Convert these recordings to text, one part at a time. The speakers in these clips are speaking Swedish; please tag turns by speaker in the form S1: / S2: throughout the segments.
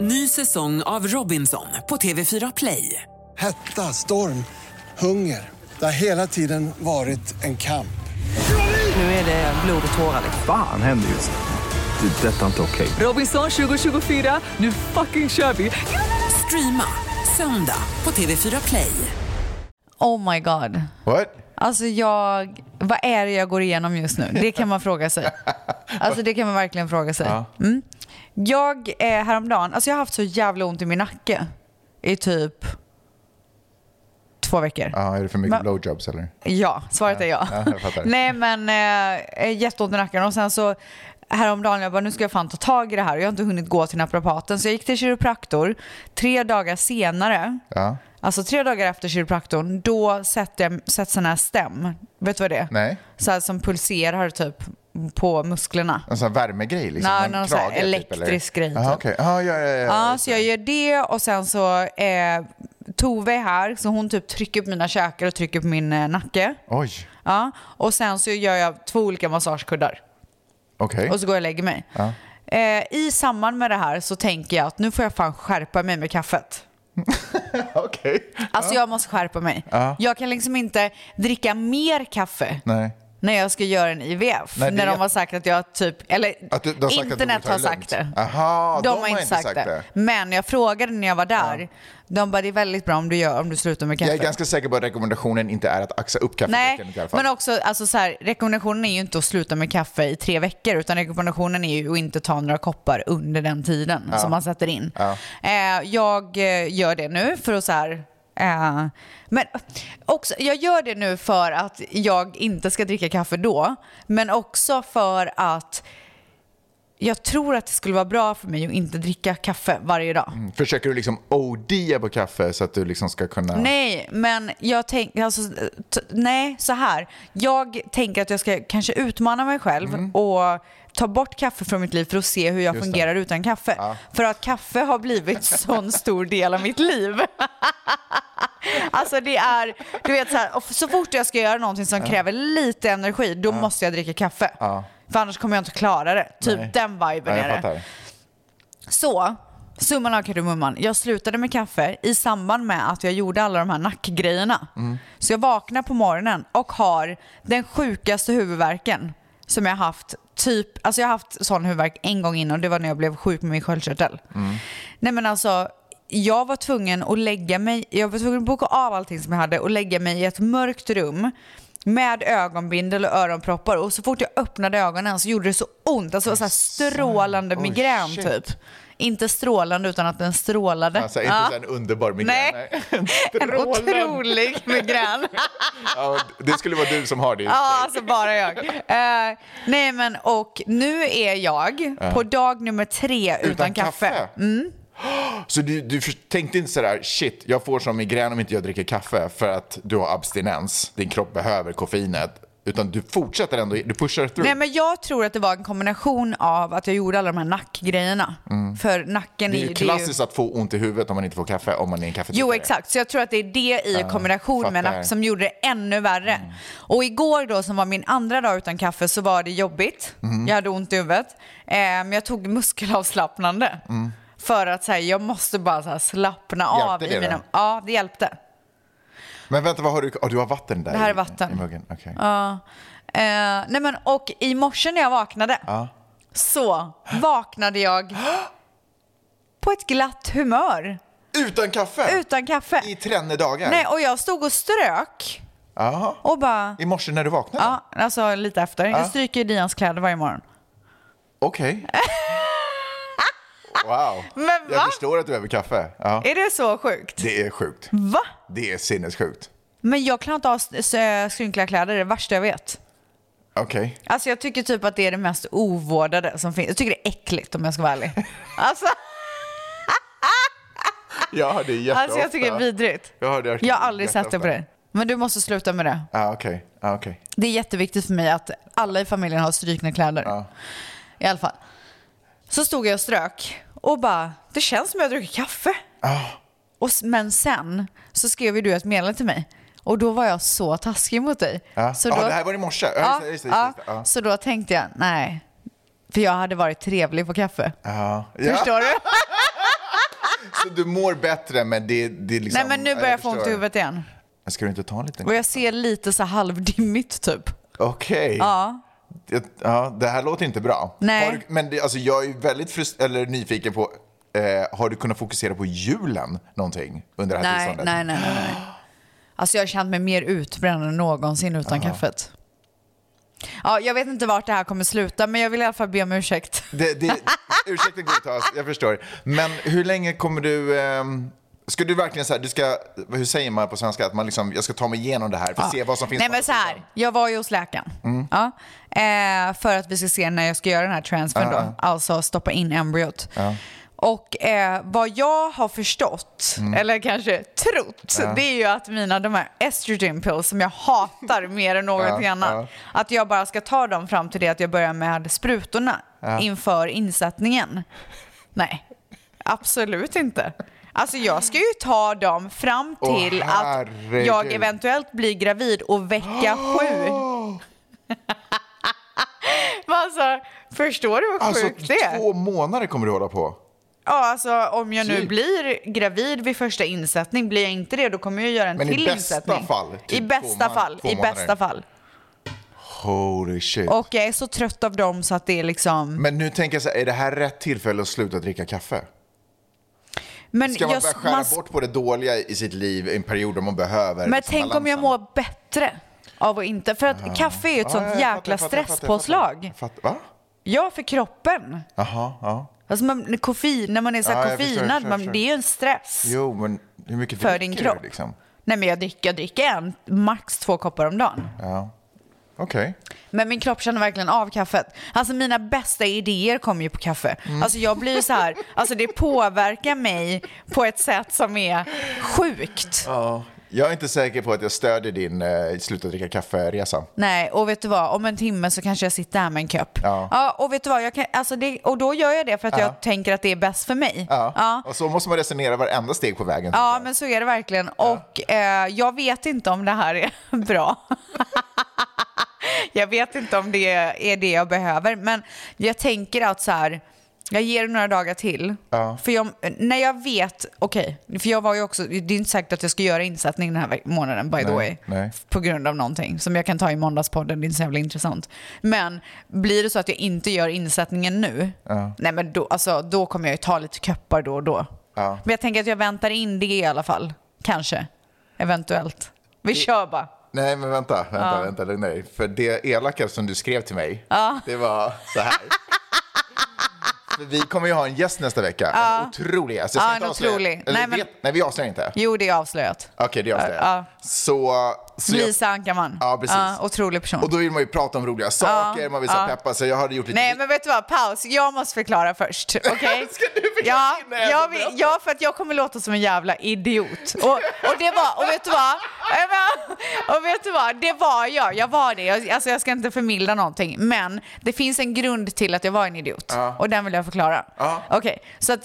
S1: Ny säsong av Robinson på TV4 Play.
S2: Hetta, storm, hunger. Det har hela tiden varit en kamp.
S1: Nu är det blod och tårar. liksom.
S3: Fan händer just nu. Det. är Detta är inte okej.
S1: Robinson 2024, nu fucking kör vi! Streama söndag på TV4 Play.
S4: Oh my god.
S5: What?
S4: Alltså jag, vad är det jag går igenom just nu? Det kan man fråga sig. Alltså det kan man verkligen fråga sig. Mm. Jag, eh, häromdagen, alltså jag har haft så jävla ont i min nacke i typ två veckor.
S5: Ja, är det för mycket
S4: Men-
S5: blowjobs eller?
S4: Ja, svaret är ja.
S5: Ja, jag fattar.
S4: Nej men eh, jätteont i nacken och sen så häromdagen jag bara nu ska jag fan ta tag i det här och jag har inte hunnit gå till naprapaten så jag gick till kiropraktor. Tre dagar senare,
S5: Ja.
S4: alltså tre dagar efter kiropraktorn, då sätter jag sätter sån här stäm. Vet du vad det är?
S5: Nej.
S4: Så här som pulserar typ på musklerna.
S5: En sån här värmegrej liksom?
S4: Nej,
S5: en
S4: någon sån här
S5: krage, typ,
S4: elektrisk
S5: eller?
S4: grej,
S5: Aha,
S4: typ.
S5: okej. Ja, ja, ja, ja.
S4: Ja, så jag gör det och sen så eh, Tove är här så hon typ trycker på mina käkar och trycker på min eh, nacke.
S5: Oj,
S4: Ja, och sen så gör jag två olika massagekuddar.
S5: okej.
S4: Och så går jag och lägger mig.
S5: Ja.
S4: Eh, I samband med det här så tänker jag att nu får jag fan skärpa mig med kaffet.
S5: Okej.
S4: Alltså jag måste skärpa mig.
S5: Ja.
S4: Jag kan liksom inte dricka mer kaffe
S5: Nej.
S4: när jag ska göra en IVF.
S5: Nej, det-
S4: när de har sagt att jag typ, eller
S5: Att du, de har sagt att
S4: internet
S5: du tar
S4: har
S5: det
S4: sagt
S5: lugnt.
S4: det.
S5: Aha,
S4: De, har inte sagt, det. Men jag frågade när jag var där. De bara, det är väldigt bra om du, gör, om du slutar med kaffe.
S5: Jag är ganska säker på att rekommendationen inte är att axa upp kaffedrycken
S4: Nej,
S5: i alla fall.
S4: men också alltså så här, rekommendationen är ju inte att sluta med kaffe i tre veckor utan rekommendationen är ju att inte ta några koppar under den tiden som man sätter in.
S5: Ja.
S4: Eh, jag eh, gör det nu för att så här, eh, men också, jag gör det nu för att jag inte ska dricka kaffe då, men också för att jag tror att det skulle vara bra för mig att inte dricka kaffe varje dag.
S5: Försöker du liksom ODa på kaffe så att du liksom ska kunna...
S4: Nej, men jag tänker, alltså, t- nej så här. Jag tänker att jag ska kanske utmana mig själv och ta bort kaffe från mitt liv för att se hur jag
S5: Mm. Just det.
S4: fungerar utan kaffe. För att kaffe har blivit sån stor del av mitt liv. alltså det är, du vet så här, och så fort jag ska göra någonting som kräver lite energi, då måste jag dricka kaffe. För annars kommer jag inte klara det. Typ
S5: Nej.
S4: den viben
S5: Ja,
S4: är det.
S5: jag fattar.
S4: Så, summan av kardemumman. Jag slutade med kaffe i samband med att jag gjorde alla de här nackgrejerna.
S5: Mm.
S4: Så jag vaknar på morgonen och har den sjukaste huvudvärken som jag haft. Typ, alltså jag har haft sån huvudvärk en gång innan och det var när jag blev sjuk med min sköldkörtel.
S5: Mm.
S4: Nej men alltså, jag var tvungen att lägga mig, jag var tvungen att boka av allting som jag hade och lägga mig i ett mörkt rum med ögonbindel och öronproppar och så fort jag öppnade ögonen så gjorde det så ont, alltså det var så här strålande
S5: Oj,
S4: migrän
S5: shit.
S4: typ. Inte strålande utan att den strålade.
S5: Alltså inte
S4: Ja.
S5: så en underbar migrän.
S4: Nej. en
S5: strålande.
S4: otrolig migrän.
S5: Ja, det skulle vara du som har det.
S4: Ja, alltså bara jag. Eh, nej men och nu är jag på dag nummer tre utan, kaffe. Mm.
S5: Så du, du för- tänkte inte sådär, shit, jag får som migrän om inte jag dricker kaffe för att du har abstinens, din kropp behöver koffeinet. Utan du fortsätter ändå, du pushar through.
S4: Nej men jag tror att det var en kombination av att jag gjorde alla de här nackgrejerna. För nacken
S5: Mm. det är
S4: är
S5: ju klassiskt att få ont i huvudet om man inte får kaffe, om man är en kaffedrickare.
S4: Jo exakt, så jag tror att det är det i kombination med
S5: fattar. Mm.
S4: nack som gjorde det ännu värre. Och igår då som var min andra dag utan kaffe så var det jobbigt.
S5: Mm.
S4: Jag hade ont i huvudet. Eh, Men jag tog muskelavslappnande. För att så här, jag måste bara så här, slappna
S5: Mm. Hjälpte
S4: av.
S5: det
S4: i mina...
S5: då?
S4: Ja, det hjälpte.
S5: Men vänta, vad har du, oh, du har vatten där
S4: Det här är
S5: i-
S4: vatten.
S5: i muggen? Okej.
S4: Ja. Eh, nej men, och i morse när jag vaknade så vaknade jag på ett glatt humör
S5: Utan kaffe?
S4: utan kaffe.
S5: Äh. I tränne dagar?
S4: Nej, och jag stod och strök
S5: Jaha.
S4: och bara...
S5: I morse när du vaknade?
S4: Ja, alltså lite efter. Jag stryker ju Dians kläder varje morgon.
S5: Okej. Wow.
S4: Men va?
S5: Jag förstår att du behöver kaffe. Ja.
S4: Är det så sjukt?
S5: Det är sjukt.
S4: Va?
S5: Det är sinnessjukt.
S4: Men jag klarar inte av s- s- skrynkliga kläder, det är det värsta jag vet.
S5: Okej.
S4: Alltså jag tycker typ att det är det mest ovårdade som finns. Jag tycker det är äckligt om jag ska vara ärlig. Alltså,
S5: Ja, det är jätteofta.
S4: alltså jag tycker det är vidrigt.
S5: Jag har det verkligen
S4: Jag har aldrig sett det på
S5: jätteofta.
S4: dig. Men du måste sluta med det.
S5: Ja, okej. Ja, okej.
S4: Det är jätteviktigt för mig att alla i familjen har strykna kläder. I alla fall. Så stod jag och strök och bara, det känns som jag dricker kaffe. Och, s- men sen så skrev ju du ett meddelande till mig och då var jag så taskig mot dig.
S5: Ja.
S4: Så
S5: Ja,
S4: då-
S5: det här var i morse. Ja,
S4: Ja,
S5: just det, just det,
S4: ja.
S5: just det. Ja.
S4: Så då tänkte jag, nej. För jag hade varit trevlig på kaffe.
S5: Ah. Ja.
S4: Förstår du?
S5: så du mår bättre, men det, det är liksom...
S4: Nej men nu börjar jag få ont i
S5: förstår.
S4: huvudet igen.
S5: Men Ska du inte ta lite?
S4: Och jag ser lite så här halvdimmigt typ.
S5: Okej.
S4: Ja.
S5: Det, ja, det här låter inte bra.
S4: Nej.
S5: Har du, men det, alltså, jag är väldigt frust- eller nyfiken på, eh, har du kunnat fokusera på julen någonting under det här
S4: Nej,
S5: tillståndet?
S4: nej, nej, nej. nej. Alltså jag har känt mig mer utbränd än någonsin utan kaffet. Ja, jag vet inte vart det här kommer sluta men jag vill i alla fall be om ursäkt.
S5: Det, det, ursäkten godtas, jag förstår. Men hur länge kommer du... ehm, ska du verkligen så här, du ska, hur säger man på svenska? Att man liksom, jag ska ta mig igenom det här för att se vad som finns
S4: Ah. Nej
S5: på
S4: men
S5: andra
S4: så här,
S5: sidan. Mm.
S4: jag var ju hos läkaren. Ja, eh, för att vi ska se när jag ska göra den här transfern
S5: Ah,
S4: då. Alltså stoppa in embryot. Och eh, vad jag har förstått,
S5: Mm.
S4: eller kanske trott, det är ju att mina de här estrogen pills som jag hatar mer än någonting
S5: Ja,
S4: annat, att jag bara ska ta dem fram till det att jag börjar med sprutorna inför insättningen. Nej, absolut inte. Alltså jag ska ju ta dem fram
S5: Åh,
S4: till att jag
S5: herregud.
S4: eventuellt blir gravid och vecka sju
S5: Ah,
S4: men alltså, förstår du vad
S5: Alltså
S4: sjukt det är?
S5: två månader kommer du hålla på.
S4: Ja, alltså om jag nu
S5: Typ.
S4: blir gravid vid första insättning, blir jag inte det då kommer jag göra en
S5: Men i
S4: till
S5: bästa
S4: insättning.
S5: fall, typ
S4: I bästa
S5: två man-
S4: fall,
S5: två
S4: i
S5: månader.
S4: bästa fall.
S5: Holy shit.
S4: Och jag är så trött av dem så att det är liksom...
S5: Men nu tänker jag så här, är det här rätt tillfälle att sluta dricka kaffe?
S4: Men,
S5: Ska man
S4: jag,
S5: börja skära
S4: man-
S5: bort på det dåliga i sitt liv i en period om man behöver
S4: men
S5: liksom
S4: tänk om jag
S5: balansen?
S4: mår bättre av att inte... För att kaffe är ju ett
S5: Ja,
S4: sånt
S5: jag fattar,
S4: jäkla
S5: jag fattar, jag fattar, jag
S4: stresspåslag.
S5: fattar. Jag fattar. Va?
S4: Ja, för kroppen.
S5: Jaha, ja.
S4: Alltså man, koffein, när man är så här
S5: Ja, jag förstår, jag
S4: koffeinad,
S5: förstår,
S4: man,
S5: jag
S4: det är ju en stress.
S5: Jo, men hur mycket
S4: för
S5: dricker
S4: din
S5: du,
S4: kropp.
S5: Liksom?
S4: Nej men jag dricker, jag dricker en, max två koppar om dagen.
S5: Ja. Okej.
S4: Men min kropp känner verkligen av kaffet. Alltså mina bästa idéer kommer ju på kaffe.
S5: Mm.
S4: Alltså jag blir ju så här, alltså det påverkar mig på ett sätt som är sjukt.
S5: Jag är inte säker på att jag stödjer din eh, sluta dricka kaffe-resa.
S4: Nej, och vet du vad, om en timme så kanske jag sitter här med en kopp.
S5: Ja.
S4: och vet du vad, jag kan, alltså det, och då gör jag det för att jag tänker att det är bäst för mig.
S5: Ja. Och så måste man resonera varenda steg på vägen.
S4: Ja, men så är det verkligen. Och eh, jag vet inte om det här är bra. jag vet inte om det är det jag behöver. Men jag tänker att så här, jag ger det några dagar till. För jag, när jag vet, okej, för jag var ju också, det är inte säkert att jag ska göra insättning den här veck- månaden by the
S5: Nej,
S4: way.
S5: nej.
S4: På grund av någonting som jag kan ta i måndagspodden, det är inte så jävla intressant. Men blir det så att jag inte gör insättningen nu, nej men då, alltså, då kommer jag ju ta lite köppar då och då. Men jag tänker att jag väntar in det i alla fall. Kanske. Eventuellt. Vi kör bara.
S5: Nej, men vänta, vänta, vänta, lugna dig. För det elaka som du skrev till mig, det var så här. För vi kommer ju ha en gäst nästa vecka. En otrolig gäst. Jag ska
S4: Ja,
S5: inte
S4: en
S5: avslöja.
S4: otrolig.
S5: Eller,
S4: Nej, men-
S5: vet, nej, vi avslöjar inte.
S4: Jo, det är avslöjat.
S5: Okej, det avslöjar jag.
S4: Ja.
S5: Så... så jag-
S4: Lisa Ankarman.
S5: Ja, precis.
S4: otrolig person.
S5: Och då vill man ju prata om roliga saker, man vill så här peppa sig. Jag hade gjort lite...
S4: Nej, men vet du vad? Paus. Jag måste förklara först. Okej?
S5: Ska du förklara
S4: ja,
S5: innan jag
S4: jag
S5: får
S4: vill,
S5: berätta?
S4: ja, för att jag kommer låta som en jävla idiot. Och, och det var, och vet du vad? Jag bara- Och vet du vad? Det var jag. Jag var det. Jag- Alltså jag ska inte förmilda någonting. Men det finns en grund till att jag var en idiot. Och den vill jag förklara.
S5: Ja.
S4: Okej, så att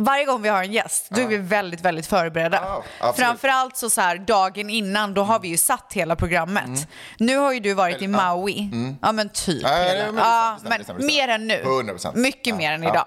S4: varje gång vi har en gäst, då är vi väldigt, väldigt förberedda.
S5: Ja, absolut.
S4: Framförallt så, så här, dagen innan, då har vi ju satt hela programmet.
S5: Mm.
S4: Nu har ju du varit i Maui. Ja, men typ.
S5: Ja, ja,
S4: hela.
S5: ja, men det
S4: Ja,
S5: stämmer, det
S4: men
S5: stämmer, det
S4: mer
S5: stämmer.
S4: än nu.
S5: 100%.
S4: Mycket
S5: Ja,
S4: mer än
S5: ja. Mm.
S4: idag.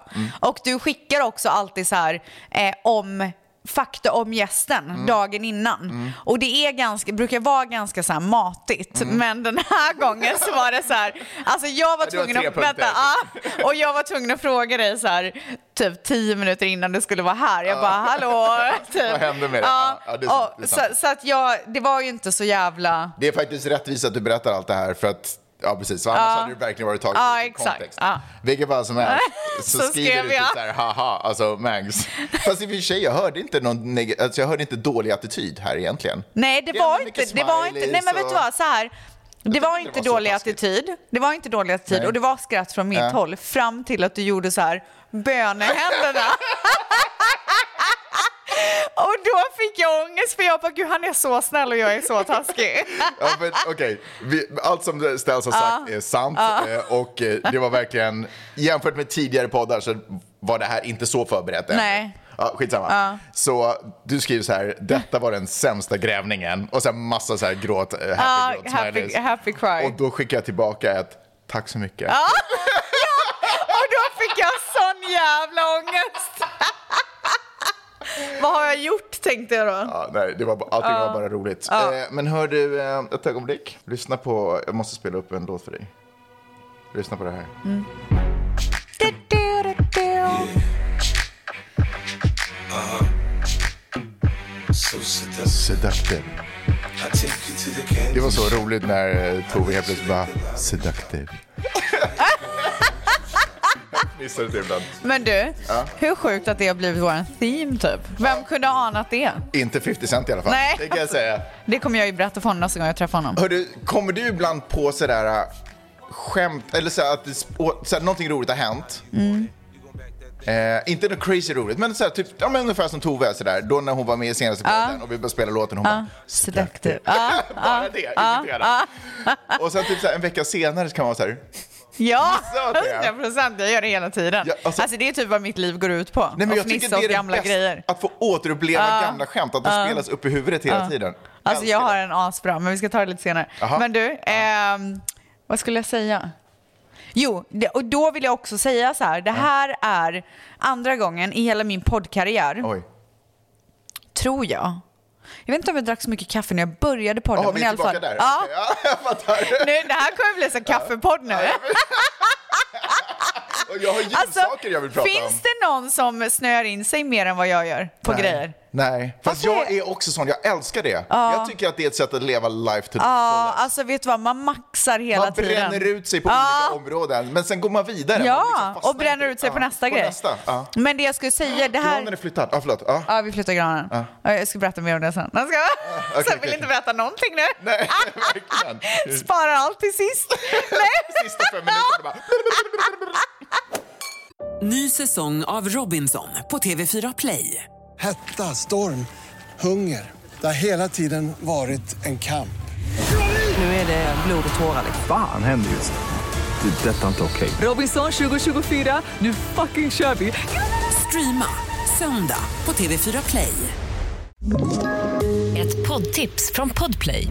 S4: Och du skickar också alltid så här eh, om fakta om gästen
S5: Mm.
S4: dagen innan. Och det är ganska, brukar vara ganska så här matigt, men den här gången så var det så här, alltså jag var
S5: Mm. Ja, det var
S4: tvungen
S5: tre
S4: att,
S5: punkter.
S4: vänta, ja, Ah, och jag var tvungen att fråga dig så här, typ tio minuter innan du skulle vara här. Jag bara, hallå? Typ.
S5: Vad hände med det?
S4: Ja,
S5: Ja, ja, det är sant,
S4: och
S5: det är
S4: så,
S5: sant.
S4: så att jag, det var ju inte så jävla...
S5: Det är faktiskt rättvist att du berättar allt det här för att Ja precis, annars hade du verkligen varit taget
S4: Ja,
S5: ur sin
S4: exakt.
S5: kontext.
S4: Ja.
S5: Vilket fall som helst så,
S4: Så
S5: skriver
S4: skrev
S5: du typ
S4: jag.
S5: så här haha, alltså mangs. Fast i och för sig, jag hörde inte någon neg- alltså, jag hörde inte dålig attityd här egentligen.
S4: Nej, det
S5: Det är
S4: var
S5: ändå
S4: inte...
S5: mycket
S4: Det var inte
S5: smileys
S4: nej, men vet
S5: och-
S4: du vad? Så här. Det
S5: tyckte
S4: var
S5: inte
S4: inte
S5: det var så
S4: dålig
S5: taskigt.
S4: attityd. Det var inte dålig attityd
S5: Nej.
S4: och det var skratt från mitt
S5: Ja.
S4: håll fram till att du gjorde så här bönehänderna. och då fick jag ångest för jag bara, gud han är så snäll och jag är så taskig.
S5: Ja, men, okej. Vi- Allt som Stens har sagt är sant eh, och eh, det var verkligen, jämfört med tidigare poddar så var det här inte så förberett. än.
S4: Nej.
S5: Ja, skitsamma. Så du skriver så här, detta var den sämsta grävningen och sen massa så här gråt, eh, happy,
S4: Ja,
S5: gråt,
S4: happy,
S5: smileys.
S4: happy cry.
S5: Och då skickar jag tillbaka ett tack så mycket.
S4: Och då fick jag sån jävla ångest. Vad har jag gjort tänkte jag då.
S5: Ja, nej, det var, ba- allting var bara roligt. Eh, men hör du, eh, ett ögonblick. Lyssna på, jag måste spela upp en låt för dig. Lyssna på det här.
S4: Mm.
S6: So seductive.
S5: Seductive.
S6: I take you to the candy.
S5: Det var så roligt när eh, Tove helt plötsligt bara, seductive. Missade det ibland.
S4: Men du, hur sjukt att det har blivit våran theme typ. Vem kunde ha anat det?
S5: Inte 50 Cent i alla fall.
S4: Nej.
S5: Det kan jag säga.
S4: Det kommer jag ju berätta för honom nästa gång jag träffar honom.
S5: Hörru, kommer du ibland på sådär äh, skämt, eller så här att det, sp- å- så här, någonting roligt har hänt? Eh, inte något crazy roligt, men, så här, typ, ja, men ungefär som Tove, så där, då när hon var med i senaste podden och vi började spela låten hon bara
S4: Seductive.
S5: Bara det, irriterad. Och sen typ så här, en vecka senare så kan man vara så här,
S4: Ja,
S5: Missa åt det.
S4: 100 procent. Jag gör det hela tiden.
S5: Ja,
S4: alltså,
S5: alltså-
S4: det är typ vad mitt liv går ut på.
S5: Nej, men
S4: att
S5: jag tycker
S4: fnissa
S5: det
S4: åt
S5: är det
S4: gamla
S5: bästa, Alltså,
S4: grejer.
S5: att få återuppleva gamla skämt, att de spelas upp i huvudet hela tiden.
S4: Alltså jag
S5: älskar
S4: har
S5: det.
S4: en asbra, men vi ska ta det lite senare.
S5: Aha.
S4: Men du, ehm, vad skulle jag säga? Jo, det, och då vill jag också säga så här. Det här är andra gången i hela min poddkarriär,
S5: Oj.
S4: tror jag. Jag vet inte om jag drack så mycket kaffe när jag började podden.
S5: Jaha,
S4: men
S5: vi
S4: i
S5: är
S4: alla fall,
S5: tillbaka där.
S4: Ja,
S5: Okej, ja, jag fattar.
S4: nu, det här kommer bli så kaffepodd nu.
S5: Och Jag har
S4: Alltså,
S5: julsaker jag vill prata om.
S4: finns det någon som snör in sig mer än vad jag gör på
S5: Nej.
S4: grejer?
S5: Nej, fast
S4: Varför
S5: jag
S4: är-
S5: är också sån. Jag älskar det. Jag tycker att det är ett sätt att leva life to the
S4: Ja, alltså vet du vad, man maxar hela
S5: Man
S4: tiden.
S5: bränner ut sig på olika områden, men sen går man vidare. Man liksom
S4: Ja,
S5: fastnar
S4: och bränner
S5: inte.
S4: ut sig på
S5: Ja,
S4: nästa grej.
S5: Nästa. Ja.
S4: Men det jag skulle säga, det här...
S5: Granen är flyttad. Ja, förlåt. Ja.
S4: Ja, vi flyttar granen. Ja, Jag ska berätta mer om det sen. Jag ska...
S5: okej,
S4: sen vill
S5: okej.
S4: inte berätta någonting nu.
S5: Nej, verkligen.
S4: Sparar allt till sist. Nej.
S5: Sista fem minuterna bara...
S1: Ny säsong av Robinson på TV4 Play.
S2: Hetta, storm, hunger. Det har hela tiden varit en kamp.
S1: Nu är det blod och tårar. liksom.
S3: Fan händer just nu. Det. är Detta är inte okej.
S1: Robinson 2024, nu fucking kör vi! Streama söndag på TV4 Play.
S7: Ett poddtips från Podplay.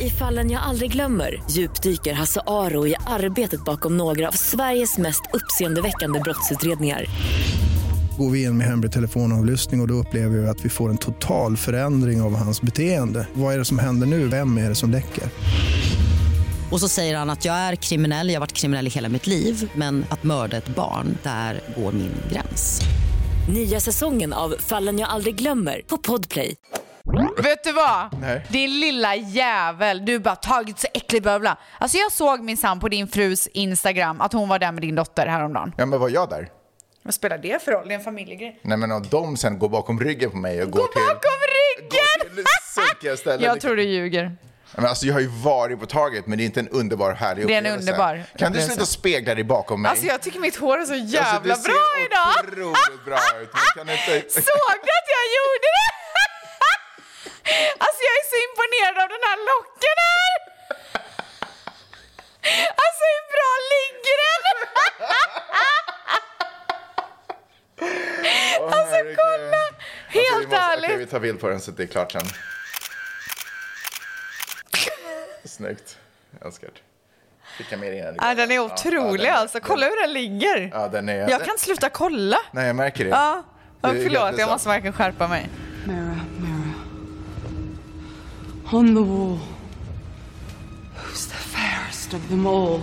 S7: I fallen jag aldrig glömmer djupdyker Hasse Aro i arbetet bakom några av Sveriges mest uppseendeväckande brottsutredningar.
S8: Går vi in med hemlig telefonavlyssning och, och då upplever vi att vi får en total förändring av hans beteende. Vad är det som händer nu? Vem är det som läcker?
S9: Och så säger han att jag är kriminell, jag har varit kriminell i hela mitt liv men att mörda ett barn, där går min gräns.
S7: Nya säsongen av Fallen jag aldrig glömmer på Podplay.
S4: Vet du vad?
S5: Nej.
S4: Din lilla jävel. Du bara tagit så äcklig bla bla. Alltså jag såg minsann på din frus Instagram att hon var där med din dotter häromdagen.
S5: Ja, men var jag där?
S4: Vad spelar det för roll? Det är en familjegrej.
S5: Nej, men om de sen går bakom ryggen på mig och går
S4: Gå
S5: till...
S4: bakom
S5: Går
S4: ryggen!
S5: till sunkiga ställen.
S4: Jag tror du ljuger.
S5: Men alltså, jag har ju varit på taget, men det är inte en underbar, härlig
S4: Det är en
S5: upplevelse.
S4: underbar
S5: Kan du
S4: upplevelse.
S5: sluta spegla dig bakom mig?
S4: Alltså jag tycker mitt hår är så jävla
S5: alltså, det
S4: bra
S5: ser
S4: idag.
S5: otroligt bra ut. men Kan inte...
S4: Såg du att jag gjorde det? Alltså jag är så imponerad av den här locken här. Alltså hur bra ligger den?
S5: alltså kolla!
S4: Helt
S5: Okej,
S4: ärligt.
S5: vi tar bild på den så att det är klart sen. Snyggt. Jag älskar det. Fick jag med det innan det
S4: Ja,
S5: går.
S4: den är otrolig
S5: ja, den är-
S4: alltså. Kolla hur den ligger.
S5: Ja, den är...
S4: Jag kan inte sluta kolla.
S5: Nej, jag märker det.
S4: Ja. Ja,
S5: Det är helt
S4: förlåt, jag
S5: ledsamt.
S4: måste verkligen skärpa mig.
S10: Mirror, mirror. On the wall. Who's the fairest of them all?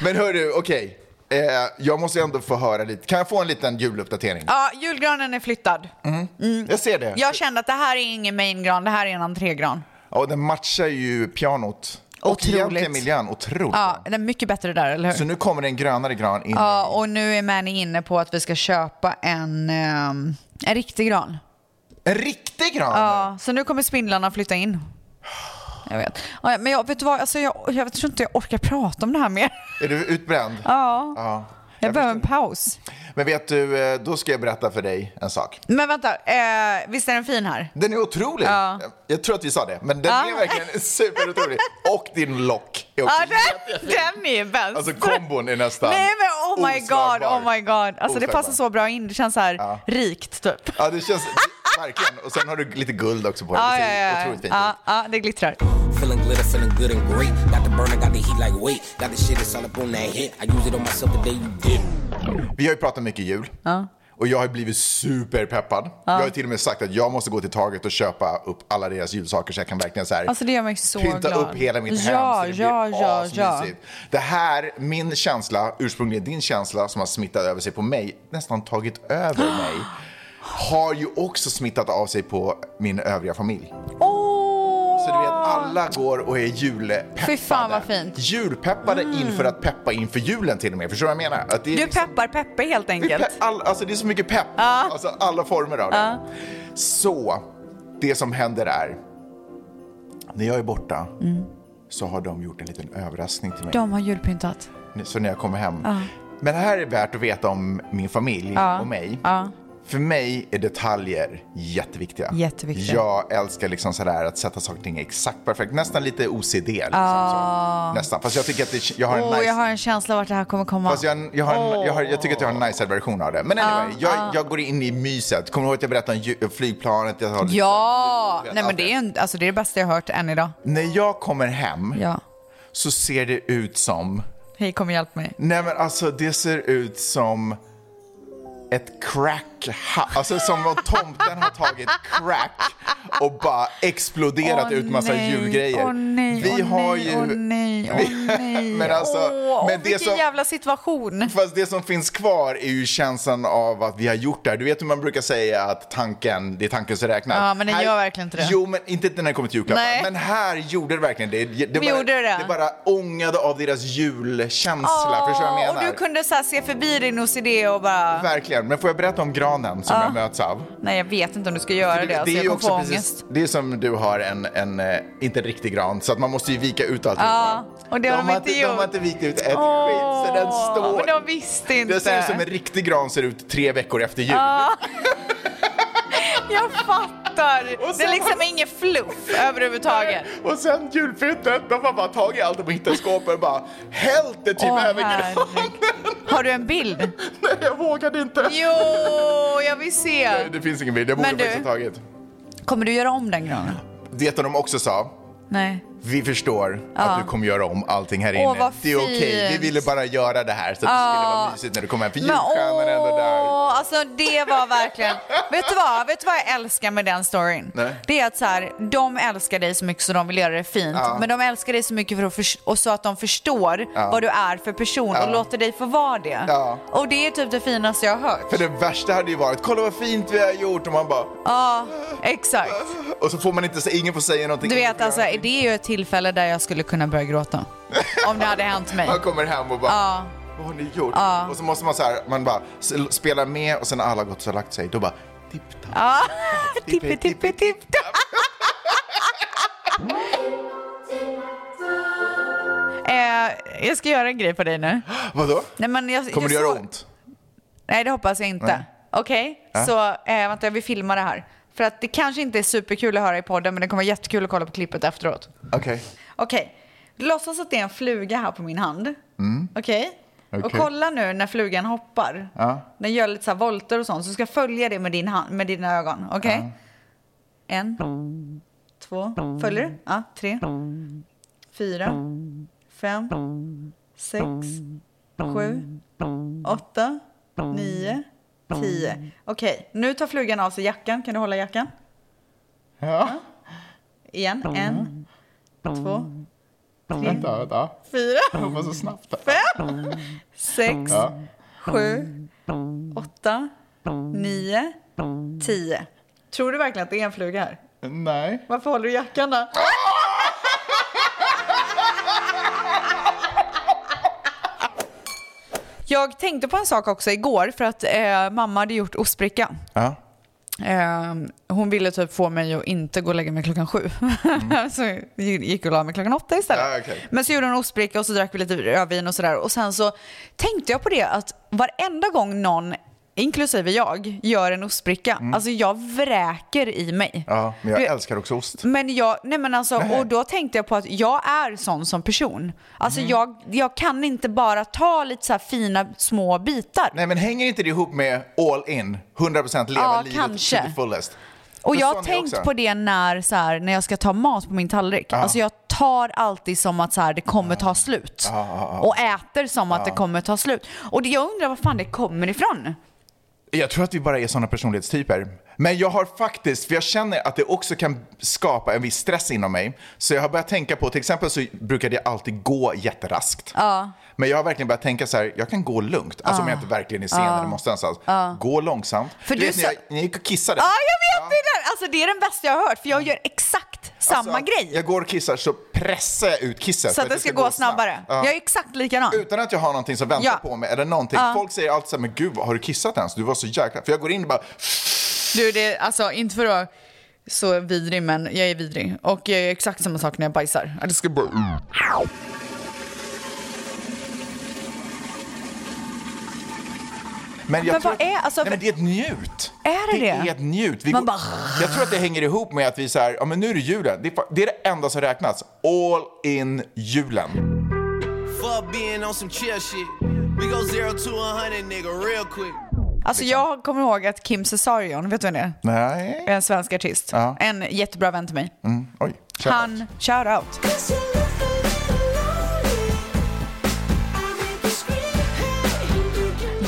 S5: Men hörru, okej. Eh, jag måste ändå få höra lite. Kan jag få en liten juluppdatering?
S4: Ja, julgranen är flyttad.
S5: Jag ser det.
S4: Jag kände att det här är ingen maingran, det här är en entrégran.
S5: Ja, och den matchar ju pianot. Och
S4: Otroligt.
S5: egentligen miljön. Otroligt.
S4: Ja, den är mycket bättre där, eller hur?
S5: Så nu kommer det en grönare gran in.
S4: Ja, och nu är Manny inne på att vi ska köpa en, ehm, en riktig gran.
S5: En riktig gran!
S4: Ja, så nu kommer spindlarna flytta in. Jag vet. Ja, men jag, vet du vad, alltså jag, jag tror inte jag orkar prata om det här mer.
S5: Är du utbränd?
S4: Ja,
S5: Ja.
S4: jag behöver en paus.
S5: Men vet du, eh, då ska jag berätta för dig en sak.
S4: Men vänta, eh, visst är den fin här?
S5: Den är otrolig.
S4: Ja.
S5: Jag tror att vi sa det, men den
S4: Ja.
S5: är verkligen superotrolig. Och din lock är också
S4: Ja,
S5: jätte-
S4: den, den är bäst.
S5: Alltså kombon är nästan
S4: Nej men oh my god,
S5: oslagbar.
S4: oh my god. Alltså det
S5: Oslagbar.
S4: passar så bra in, det känns så här rikt typ.
S5: Ja, det känns verkligen. Och sen har du lite guld också på dig.
S4: Ja,
S5: det
S4: Ah, ja,
S5: ser
S4: ja,
S5: otroligt fint
S4: ja, ja, det glittrar.
S11: Feeling glitter, feeling good and great. Got the burner, got the heat like weight. Got the shit that's all up on that hit. I use it on myself the day you dip.
S5: ut. Vi har ju pratat mycket jul. Och jag har blivit superpeppad. Jag har till och med sagt att jag måste gå till Target och köpa upp alla deras julsaker så jag kan verkligen så här
S4: Alltså det gör mig så
S5: pynta
S4: glad.
S5: upp hela mitt
S4: Ja,
S5: hem så det
S4: ja,
S5: blir
S4: ja, ja.
S5: asmysigt. Det här, min känsla, ursprungligen din känsla som har smittat över sig på mig, nästan tagit över mig, har ju också smittat av sig på min övriga familj.
S4: Åh!
S5: Så du vet, alla går och är julpeppade.
S4: Ah. Fy fan vad fint.
S5: Julpeppade
S4: Mm.
S5: inför att peppa inför julen till och med. Förstår du vad jag menar? Att det är
S4: Du
S5: liksom-
S4: peppar Peppe helt
S5: det är
S4: enkelt.
S5: pepp, all, alltså det är så mycket pepp. Alltså alla former av det.
S4: Ja.
S5: Så, det som händer är, när jag är borta
S4: Mm.
S5: så har de gjort en liten överraskning till mig.
S4: De har julpyntat.
S5: Så när jag kommer hem.
S4: Ja.
S5: Men det här är värt att veta om min familj
S4: Ja.
S5: och mig.
S4: Ja.
S5: För mig är detaljer jätteviktiga.
S4: Jätteviktiga.
S5: Jag älskar liksom sådär att sätta saker och ting exakt perfekt. Nästan lite OCD. Liksom,
S4: Ah.
S5: så. Nästan. Fast jag tycker att det, jag har en
S4: Åh,
S5: nice...
S4: jag har en känsla vart det här kommer komma.
S5: Fast jag, jag, har en, jag, har, jag tycker att jag har en nice version av det. Men anyway,
S4: Ah, ah.
S5: jag, jag går in i myset. Kommer du ihåg att jag berättade om ju- flygplanet? Jag har lite-
S4: Ja!
S5: vet,
S4: Nej men
S5: allt
S4: det är, en, alltså, det är det bästa jag har hört än idag.
S5: När jag kommer hem
S4: Ja.
S5: så ser det ut som...
S4: Hej kom och hjälp mig.
S5: Nej men alltså det ser ut som ett crack ha- Alltså som om tomten har tagit crack och bara exploderat
S4: Åh,
S5: ut massa
S4: nej,
S5: julgrejer.
S4: Åh nej,
S5: Vi
S4: åh,
S5: har
S4: nej,
S5: ju...
S4: åh nej, åh nej.
S5: Men alltså,
S4: åh,
S5: men det
S4: vilken
S5: som-
S4: jävla situation.
S5: Fast det som finns kvar är ju känslan av att vi har gjort det här. Du vet hur man brukar säga att tanken, det är tanken som räknas.
S4: Ja, men den
S5: Här-
S4: gör verkligen inte det.
S5: Jo, men inte när det kommer till julklappar.
S4: Nej.
S5: Men här gjorde det verkligen det. Det,
S4: De gjorde det.
S5: det bara ångade av deras julkänsla. förstår du vad jag
S4: och
S5: menar?
S4: du kunde så här se förbi din OCD och bara...
S5: Verkligen. Men får jag berätta om granen som
S4: Ja.
S5: jag möts av?
S4: Nej jag vet inte om du ska göra det.
S5: Det,
S4: alltså,
S5: är
S4: jag
S5: ju
S4: kommer
S5: också
S4: få ångest.
S5: precis, det är som du har en, en eh, inte en riktig gran, så att man måste ju vika ut allting.
S4: Ja, och det har de inte
S5: inte, de har
S4: gjort.
S5: inte vikt ut ett
S4: Åh,
S5: skit, så den står...
S4: Men de visste inte.
S5: Det ser ut som en riktig gran ser ut tre veckor efter jul.
S4: Ja. Jag fattar. Det är liksom inget fluff överhuvudtaget.
S5: Och sen julpyntet, de har bara tagit allt de hittat i skåpet och bara hällt det typ
S4: Åh,
S5: över
S4: herregud.
S5: granen.
S4: Har du en bild?
S5: Nej, jag vågade inte.
S4: Jo, jag vill se.
S5: Nej, Det finns ingen bild, jag borde
S4: Men du-
S5: faktiskt ha tagit.
S4: Kommer du göra om den granen?
S5: Det de också sa,
S4: Nej.
S5: vi förstår
S4: Ja.
S5: att du kommer göra om allting här
S4: Åh,
S5: inne.
S4: vad
S5: det är okej, vi
S4: fint.
S5: ville bara göra det här så att det skulle vara mysigt när du kommer hem. För
S4: Men
S5: julstjärnan är ändå där.
S4: åh, alltså det var verkligen... vet, du vad? vet du vad jag älskar med den storyn?
S5: Nej.
S4: Det är att så här, de älskar dig så mycket så de vill göra det fint.
S5: Ja.
S4: Men de älskar dig så mycket för att förs- och så att de förstår
S5: Ja.
S4: vad du är för person
S5: Ja.
S4: och låter dig få vara det.
S5: Ja.
S4: Och det är typ det finaste jag har hört.
S5: För det värsta hade ju varit, kolla vad fint vi har gjort och man bara,
S4: Ja, exakt.
S5: och så får man inte, ingen får säga någonting.
S4: Du
S5: ingen
S4: vet
S5: får
S4: alltså,
S5: göra
S4: det är ju ett tillfälle där jag skulle kunna börja gråta. Om det hade hänt mig.
S5: Man kommer hem och bara,
S4: Ja.
S5: vad har ni gjort?
S4: Ja.
S5: Och så måste man så här, man bara s- spelar med och sen har alla gått och lagt sig. Då bara,
S4: Ja, tippi, tippi, tipp. Eh, jag ska göra en grej på dig nu.
S5: vadå?
S4: Nej, men jag,
S5: Kommer det
S4: jag
S5: göra
S4: så-
S5: ont?
S4: Nej, det hoppas jag inte.
S5: Nej.
S4: Okej,
S5: Ja.
S4: så eh, vänta, jag vill filma det här. För att det kanske inte är superkul att höra i podden, men det kommer vara jättekul att kolla på klippet efteråt.
S5: Okej.
S4: Okej, låtsas att det är en fluga här på min hand.
S5: Mm.
S4: Okej? Och
S5: Okej.
S4: kolla nu när flugan hoppar.
S5: Ja.
S4: Den gör lite så här volter och sånt, så ska jag följa det med, din hand, med dina ögon. Okej? En, två, följer du? Ja, tre, fyra, fem, sex, sju, åtta, nio, tio. Okej, nu tar flugan av sig jackan. Kan du hålla jackan?
S5: Ja.
S4: Igen, en, två, tre,
S5: Vänta, vänta.
S4: fyra,
S5: Det var så snabbt.
S4: fem, sex,
S5: Ja.
S4: sju, Mm. åtta, nio, tio. Tror du verkligen att det är en fluga här?
S5: Nej.
S4: Varför håller du jackan då? Jag tänkte på en sak också igår för att eh, mamma hade gjort ostbricka.
S5: Ja.
S4: Eh, hon ville typ få mig att inte gå och lägga mig klockan sju. så jag gick och la mig klockan åtta istället.
S5: Ja, Mm. Ah, okej.
S4: Men så gjorde hon ostbricka och så drack vi lite rödvin och sådär. Och sen så tänkte jag på det att varenda gång någon, inklusive jag, gör en ostbricka, alltså jag vräker i mig.
S5: Mm. Ja, men jag
S4: Du-
S5: älskar också ost.
S4: Men jag, nej men alltså,
S5: Nej.
S4: och då tänkte jag på att jag är sån som person. Alltså
S5: Mm.
S4: jag, jag kan inte bara ta lite så här fina små bitar.
S5: Nej, men hänger inte det ihop med all in? 100% leva
S4: Ja,
S5: livet
S4: kanske.
S5: to the fullest.
S4: Och
S5: För
S4: jag
S5: sån
S4: har
S5: är jag
S4: tänkt
S5: också.
S4: på det när, så här, när jag ska ta mat på min tallrik.
S5: Ja.
S4: Alltså jag tar alltid som att så här, det kommer ta slut.
S5: Ja, ja, ja.
S4: Och äter som att det kommer ta slut. Och det, jag undrar var fan det kommer ifrån.
S5: Jag tror att vi bara är sådana personlighetstyper. Men jag har faktiskt, för jag känner att det också kan skapa en viss stress inom mig. Så jag har börjat tänka på, till exempel så brukade jag alltid gå jätteraskt.
S4: Ja.
S5: Men jag har verkligen börjat tänka så här, jag kan gå lugnt. Alltså om jag inte verkligen är sen
S4: Ja.
S5: eller måste någonstans.
S4: Ja.
S5: Gå långsamt.
S4: För
S5: du
S4: du
S5: vet när
S4: sa-
S5: jag, när jag gick och kissade.
S4: Ja, jag vet det där! Alltså det är den bästa jag har hört, för jag gör exakt samma
S5: Mm. Alltså,
S4: grej.
S5: Jag går och kissar så pressar jag ut kisset.
S4: Så
S5: för
S4: att det ska gå snabbare.
S5: Ja.
S4: Jag är exakt likadan.
S5: Utan att jag har någonting som väntar
S4: Ja.
S5: på mig eller någonting.
S4: Ja.
S5: Folk säger alltid så här, men gud har du kissat ens? Du var så jäkla... För jag går in och bara,
S4: Du, det, alltså inte för att vara så vidrig, men jag är vidrig. Och jag gör exakt samma sak när jag bajsar. Att Det ska bara...
S5: Men, jag
S4: Men
S5: tror
S4: vad
S5: att,
S4: är- alltså-
S5: nej, men det är ett njut.
S4: Är det
S5: Det
S4: det?
S5: är ett njut. Vi
S4: Man
S5: går,
S4: bara-
S5: Jag tror att det hänger ihop med att vi så här, ja men nu är det julen. Det är, fa- det är det enda som räknas. All in julen.
S12: Fuck being on some chill shit. We go zero to a hundred, nigga, real quick.
S4: Alltså
S5: liksom.
S4: jag kommer ihåg att Kim Cesarion, vet du vem det är?
S5: Nej.
S4: En svensk artist.
S5: Ja.
S4: En jättebra vän till mig.
S5: Mm, oj. Shout out.
S4: Han, shout out.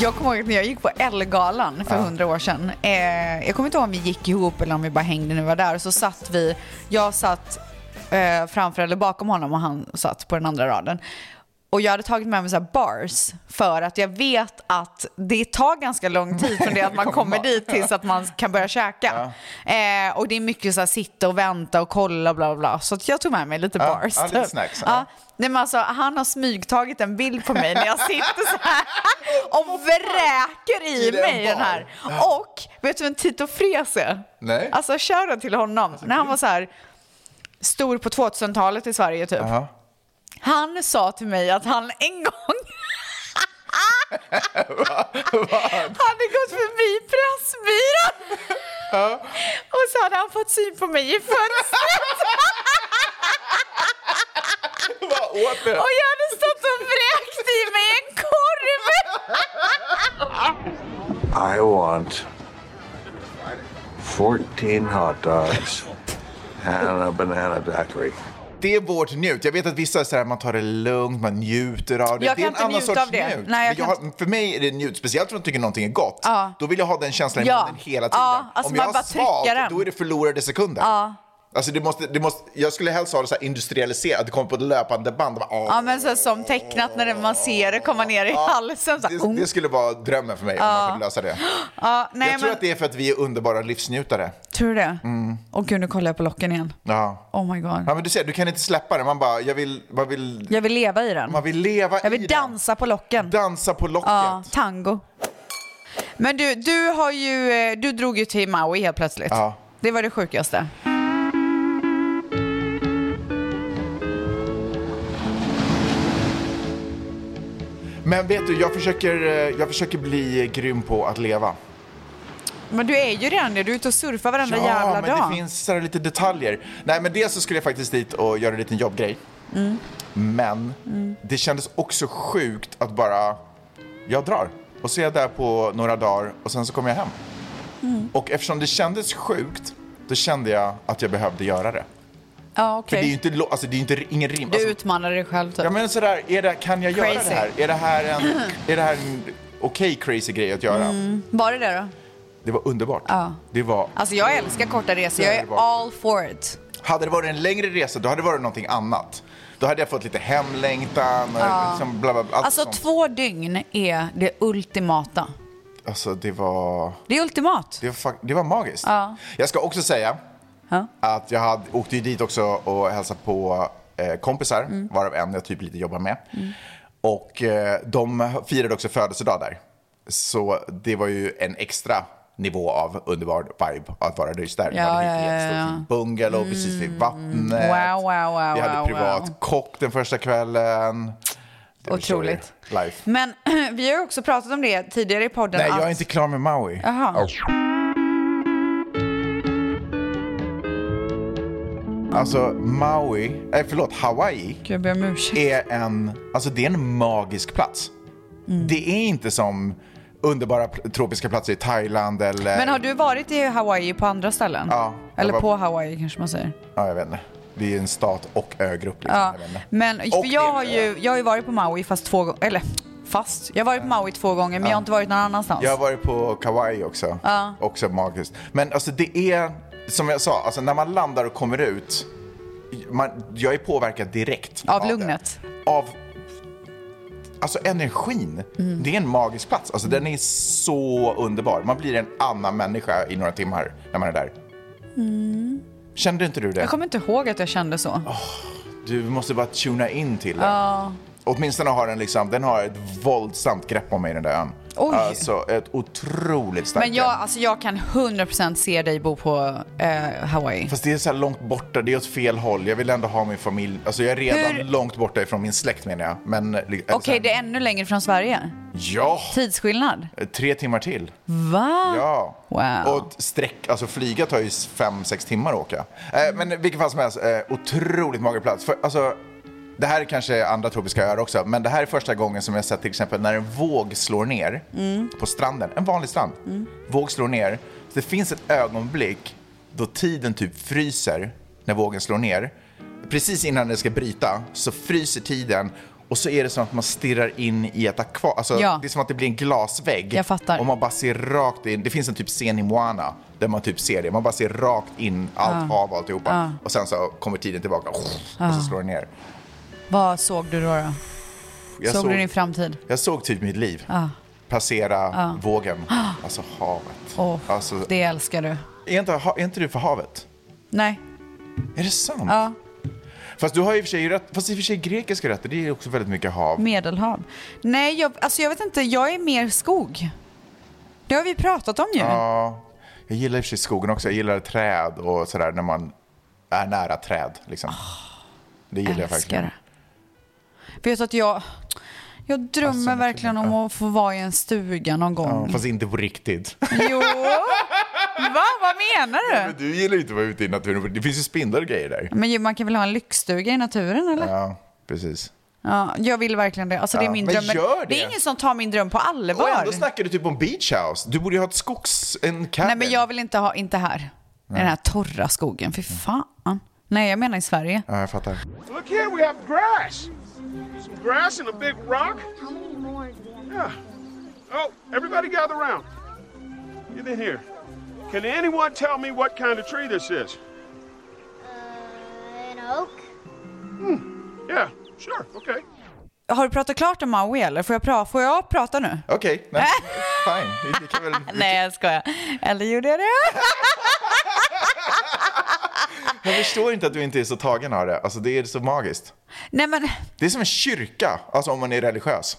S4: Jag kommer ihåg att när jag gick på Ellegalan för
S10: Ja.
S4: hundra år sedan. Eh, jag kommer inte ihåg om vi gick ihop eller om vi bara hängde när vi var där. Så satt vi, jag satt eh, framför eller bakom honom och han satt på den andra raden. Och jag hade tagit med mig så här bars för att jag vet att det tar ganska lång tid från det att man kommer dit tills att man kan börja käka. Eh, och det är mycket så här sitta och vänta och kolla bla bla bla. Så att jag tog med mig lite
S10: Ja,
S4: bars.
S10: ja, lite
S4: typ.
S10: snacks, ja.
S4: Ja. Nej, men alltså, han har smygtagit en bild på mig när jag sitter så här och vräker i
S10: I den
S4: mig den
S10: bar.
S4: här.
S10: Ja.
S4: Och vet du vem Tito Fres är?
S5: Nej.
S4: Alltså shoutout till honom. när han var så här stor på 2000-talet i Sverige typ.
S5: Jaha.
S4: Han sa till mig att han en gång hade gått förbi Pressbyrån och så hade han fått syn på mig i fönstret.
S5: Vad åt du?
S10: Och
S4: Och jag hade stått och vräkt i mig en korv.
S13: I want 14 hot dogs and a banana daiquiri.
S5: Det är vårt njut. Jag vet att vissa är så här, man tar det lugnt, man njuter av det.
S4: Jag
S5: det är
S4: kan inte njuta av det.
S5: njut.
S4: Nej, jag
S5: Men jag
S4: kan
S5: har, för mig är det njut, speciellt om jag tycker någonting är gott.
S4: Ja.
S5: Då vill jag ha den känslan i
S4: Ja.
S5: munnen hela tiden.
S4: Ja, alltså
S5: om
S4: man
S5: jag
S4: bara
S5: har
S4: trycker den.
S5: svalt, då är det förlorade sekunder.
S4: Ja.
S5: Alltså det måste, det måste, jag skulle helst ha det så här industrialiserat, att det kommer på ett löpande band. Bara, "Åh."
S4: Ja men så som tecknat när det- man ser det komma ner i halsen. Så här,
S5: Det skulle vara drömmen för mig om
S4: Ja.
S5: man kunde lösa det.
S4: ja, nej,
S5: jag tror
S4: men,
S5: att det är för att vi är underbara livsnjutare.
S4: Tror du det?
S5: Mm.
S4: Åh gud, nu kollar jag på locken igen.
S5: Ja.
S4: Oh my god.
S5: ja, men du ser, du kan inte släppa det. Man bara, jag vill... Man vill
S4: Jag vill leva i den.
S5: Man vill leva
S4: Jag vill dansa på locken.
S5: Dansa på locket.
S4: Ja, tango. Men du, du har ju, eh, du drog ju till Maui helt plötsligt.
S5: Ja.
S4: Det var det sjukaste.
S5: Men vet du, jag försöker, eh, jag försöker bli grym på att leva.
S4: Men du är ju redan det, du är ute och surfar varenda jävla
S5: men
S4: dag.
S5: det finns så här lite detaljer. Nej, men dels så skulle jag faktiskt dit och göra en liten jobbgrej.
S4: Mm.
S5: Men det kändes också sjukt att bara, jag drar. Och så är jag där på några dagar och sen så kommer jag hem.
S4: Mm.
S5: Och eftersom det kändes sjukt, då kände jag att jag behövde göra det.
S4: Ja,
S5: För det är ju
S4: okej.
S5: inte, lo- alltså det är ju inte ingen rim.
S4: Du
S5: alltså,
S4: utmanar dig själv typ.
S5: Ja men sådär, är det, kan jag göra
S4: Crazy.
S5: det här? Är det här en, är det här en okej crazy grej att göra?
S4: Mm. Var det det då?
S5: Det var underbart.
S4: Ja.
S5: Det var...
S4: Alltså jag älskar korta resor, jag är
S5: Underbart.
S4: all for it.
S5: Hade det varit en längre resa, då hade det varit någonting annat. Då hade jag fått lite hemlängtan och
S4: Ja.
S5: liksom bla bla bla. allt
S4: Alltså
S5: sånt.
S4: två dygn är det ultimata.
S5: alltså det var...
S4: Det är ultimat.
S5: Det var, fak- det var magiskt.
S4: Ja.
S5: Jag ska också säga
S4: Ja.
S5: att jag hade, åkte ju dit också och hälsade på eh, kompisar,
S4: Mm.
S5: varav en jag typ lite jobbar med. Och eh, de firade också födelsedag där. Så det var ju en extra nivå av underbar vibe att vara just där.
S4: Ja,
S5: Vi hade
S4: ja,
S5: hyrt en
S4: ja,
S5: stor
S4: ja.
S5: fin bungalow precis vid
S4: Wow,
S5: vattnet.
S4: wow, wow,
S5: Vi hade
S4: wow,
S5: privat
S4: wow.
S5: kock den första kvällen. Det var
S4: Otroligt.
S5: så Life.
S4: Men vi har ju också pratat om det tidigare i podden.
S5: Nej,
S4: att...
S5: jag är inte klar med Maui.
S4: Jaha.
S5: Alltså Maui, nej förlåt Hawaii är en, alltså det är en magisk plats.
S4: Mm.
S5: Det är inte som underbara pl- tropiska platser i Thailand eller...
S4: Men har du varit i Hawaii på andra ställen?
S5: Ja. jag
S4: Eller
S5: var-
S4: på Hawaii kanske man säger.
S5: Ja, jag vet inte. Det är ju en stat och ögrupp liksom.
S4: Ja.
S5: Jag vet inte.
S4: Men för
S5: Och
S4: jag
S5: det-
S4: har, ju, jag har ju varit på Maui fast två gånger, eller fast. Jag har varit på Maui två gånger men jag har inte varit någon annanstans.
S5: Jag har varit på Kauai också.
S4: Ja.
S5: Också magiskt. Men alltså det är, som jag sa, alltså när man landar och kommer ut, man, jag är påverkad direkt.
S4: Av
S5: det.
S4: lugnet.
S5: Av Alltså energin, det är en magisk plats. Alltså den är så underbar. Man blir en annan människa i några timmar när man är där.
S4: Mm.
S5: Kände inte du det?
S4: Jag kommer inte ihåg att jag kände så.
S5: Du måste bara tuna in till den.
S4: Ja.
S5: Åtminstone har den liksom, den har ett våldsamt grepp om mig den där ön.
S4: Oj.
S5: Alltså ett otroligt starkt
S4: Men jag, alltså, jag kan 100% se dig bo på eh, Hawaii.
S5: Fast det är så här långt borta, det är åt fel håll. Jag vill ändå ha min familj. Alltså jag är redan
S4: Hur-
S5: långt borta ifrån min släkt menar jag. Men, Okej,
S4: Okej, det är ännu längre från Sverige.
S5: Ja,
S4: Tidsskillnad.
S5: tre timmar till.
S4: Va?
S5: Ja.
S4: Wow.
S5: Och sträck, alltså flyga tar ju fem, sex timmar att åka. Eh, men i vilken fall som helst, eh, otroligt mager plats. För, alltså, det här är kanske andra tropiska öar också, men det här är första gången som jag sett till exempel när en våg slår ner
S14: Mm.
S5: på stranden, en vanlig strand.
S4: Mm.
S5: Våg slår ner, så det finns ett ögonblick då tiden typ fryser när vågen slår ner. Precis innan den ska bryta så fryser tiden och så är det som att man stirrar in i ett akvarium. Alltså,
S4: Ja.
S5: Det är som att det blir en glasvägg.
S4: Jag fattar.
S5: Och man bara ser rakt in. Det finns en typ scen i Moana där man typ ser det. Man bara ser rakt in allt
S4: Ja.
S5: hav och alltihopa.
S4: Ja.
S5: Och sen så kommer tiden tillbaka och
S4: Ja.
S5: så slår den ner.
S4: Vad såg du då? då?
S5: Jag
S4: såg,
S5: såg-
S4: du din framtid?
S5: Jag såg typ mitt liv
S4: Ja.
S5: passera
S4: Ja.
S5: vågen. Alltså havet.
S4: Åh,
S5: Alltså,
S4: det älskar du.
S5: är, inte, ha- är inte du för havet?
S4: Nej.
S5: Är det sant?
S4: Ja,
S5: Fast du har ju i och för sig rätt, fast i och för sig grekiska rätter, det är också väldigt mycket hav.
S4: Medelhav. Nej, jag, alltså jag vet inte. Jag är mer skog. Det har vi pratat om ju.
S5: Ja, jag gillar i och för sig skogen också. Jag gillar träd och sådär när man är nära träd. Liksom. det gillar jag
S4: Ah. älskar
S5: verkligen.
S4: det. Vet du att jag... Jag drömmer
S5: Alltså,
S4: verkligen om att få vara i en stuga någon gång.
S5: Ja, fast inte på riktigt.
S4: Jo! Va? Vad menar du?
S5: Men du gillar ju inte att vara ute i naturen. Det finns ju spindlar och grejer där.
S4: Men ju, man kan väl ha en lyxstuga i naturen eller? Ja.
S5: Ja, precis.
S4: jag vill verkligen det. Alltså det är
S5: Ja,
S4: min
S5: men
S4: dröm.
S5: gör
S4: det
S5: det.
S4: är ingen som tar min dröm på
S5: Och
S4: allvar.
S5: ändå snackar du typ om beach house. Du borde ju ha ett skogs... En cabin.
S4: Nej men jag vill inte ha, inte här. I Den här torra skogen,
S5: Mm.
S4: fy fan. Nej jag menar i Sverige.
S5: Ja, jag fattar.
S15: Look here, we have grass. Some grass and a big rock. How many more? Yeah. Oh, everybody gather around. Get in here. Can anyone tell me what kind of tree this is?
S16: An oak?
S15: Yeah, sure, okay.
S4: Har du pratat klart om Maui eller? Får jag, pra- får jag prata nu?
S5: Okej, nej, fine. Vi kan väl...
S4: Nej jag skojar. Eller gjorde jag det?
S5: Jag förstår inte att du inte är så tagen av det. Alltså det är så magiskt.
S4: Nej men
S5: Det är som en kyrka, alltså om man är religiös.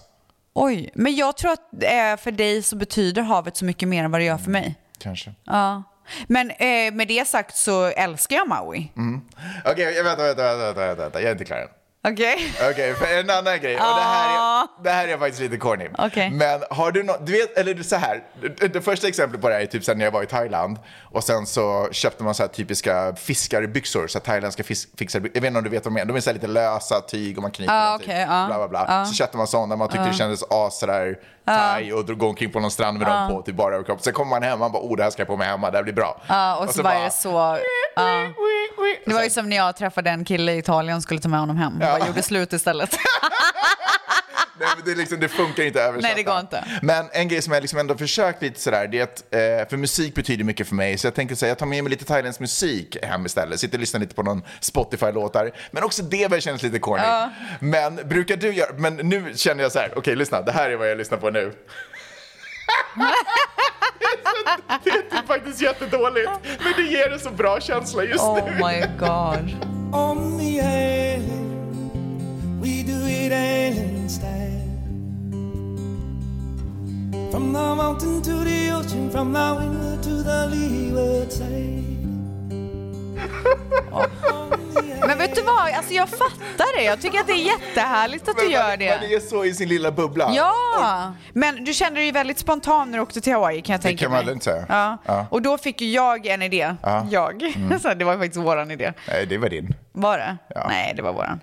S4: oj. Men jag tror att eh, för dig så betyder havet så mycket mer än vad det gör för mig.
S5: Kanske.
S4: Ja. Men eh, med det sagt så älskar jag Maui.
S5: Mm. Okej, vänta, vänta, vänta, vänta, vänta, vänta, jag är inte klar än.
S4: Okej?
S5: Okej, för en annan grej. Och det, här är, det här är faktiskt lite corny.
S4: Okej.
S5: Men har du något, du vet, eller du- så här. Det, det första exemplet på det här är typ sen när jag var i Thailand och sen så köpte man så här typiska fiskarbyxor, så här thailändska fisk, fiskarbyxor. Jag vet inte om du vet vad de är, de är så här lite lösa tyg och man knyter
S4: Ja,
S5: dem typ.
S4: Ah, okej, ja.
S5: bla bla bla.
S4: Ja.
S5: Så köpte man sådana, man tyckte
S4: Ja.
S5: det kändes as sådär thai och drog gå omkring på någon strand med
S4: Ja.
S5: dem på typ bara överkropp. Sen kommer man hem, man bara oh det här ska jag på mig hemma, det här blir bra.
S4: Ja, och, så var
S5: bara-
S4: det så... ja. Det var ju som när jag träffade en kille i Italien och skulle ta med honom hem. Jag bara gjorde slut istället.
S5: Nej, men det, är liksom, det funkar inte att översätta.
S4: Nej, det går inte.
S5: Men en grej som jag liksom ändå försökt lite sådär, det är att, eh, för musik betyder mycket för mig, så jag tänker säga jag tar med mig lite thailändsk musik hem istället, sitter och lyssnar lite på någon Spotify-låtar. Men också det väl känns lite corny.
S14: Ja.
S5: Men brukar du göra, men nu känner jag så här, okej lyssna, det här är vad jag lyssnar på nu. det är typ faktiskt jättedåligt, men det ger en så bra känsla just
S4: Oh
S5: nu.
S4: my god.
S17: On the island, we do it island style. From the mountain to the ocean, from the windward to the leeward side.
S4: Men vet du vad, alltså jag fattar det. Jag tycker att det är jättehärligt att du gör
S5: Man
S4: det.
S5: är så i sin lilla bubbla.
S4: Ja, men du kände dig väldigt spontan när du åkte till Hawaii kan jag
S5: Det
S4: tänka
S5: kan
S4: mig.
S5: man väl inte säga.
S4: Ja.
S5: Ja.
S4: Och då fick ju jag en idé.
S5: Ja.
S4: Jag.
S5: Mm.
S4: Så det var ju faktiskt våran idé.
S5: Nej, det var din.
S4: Var det?
S5: Ja.
S4: Nej, det var våran.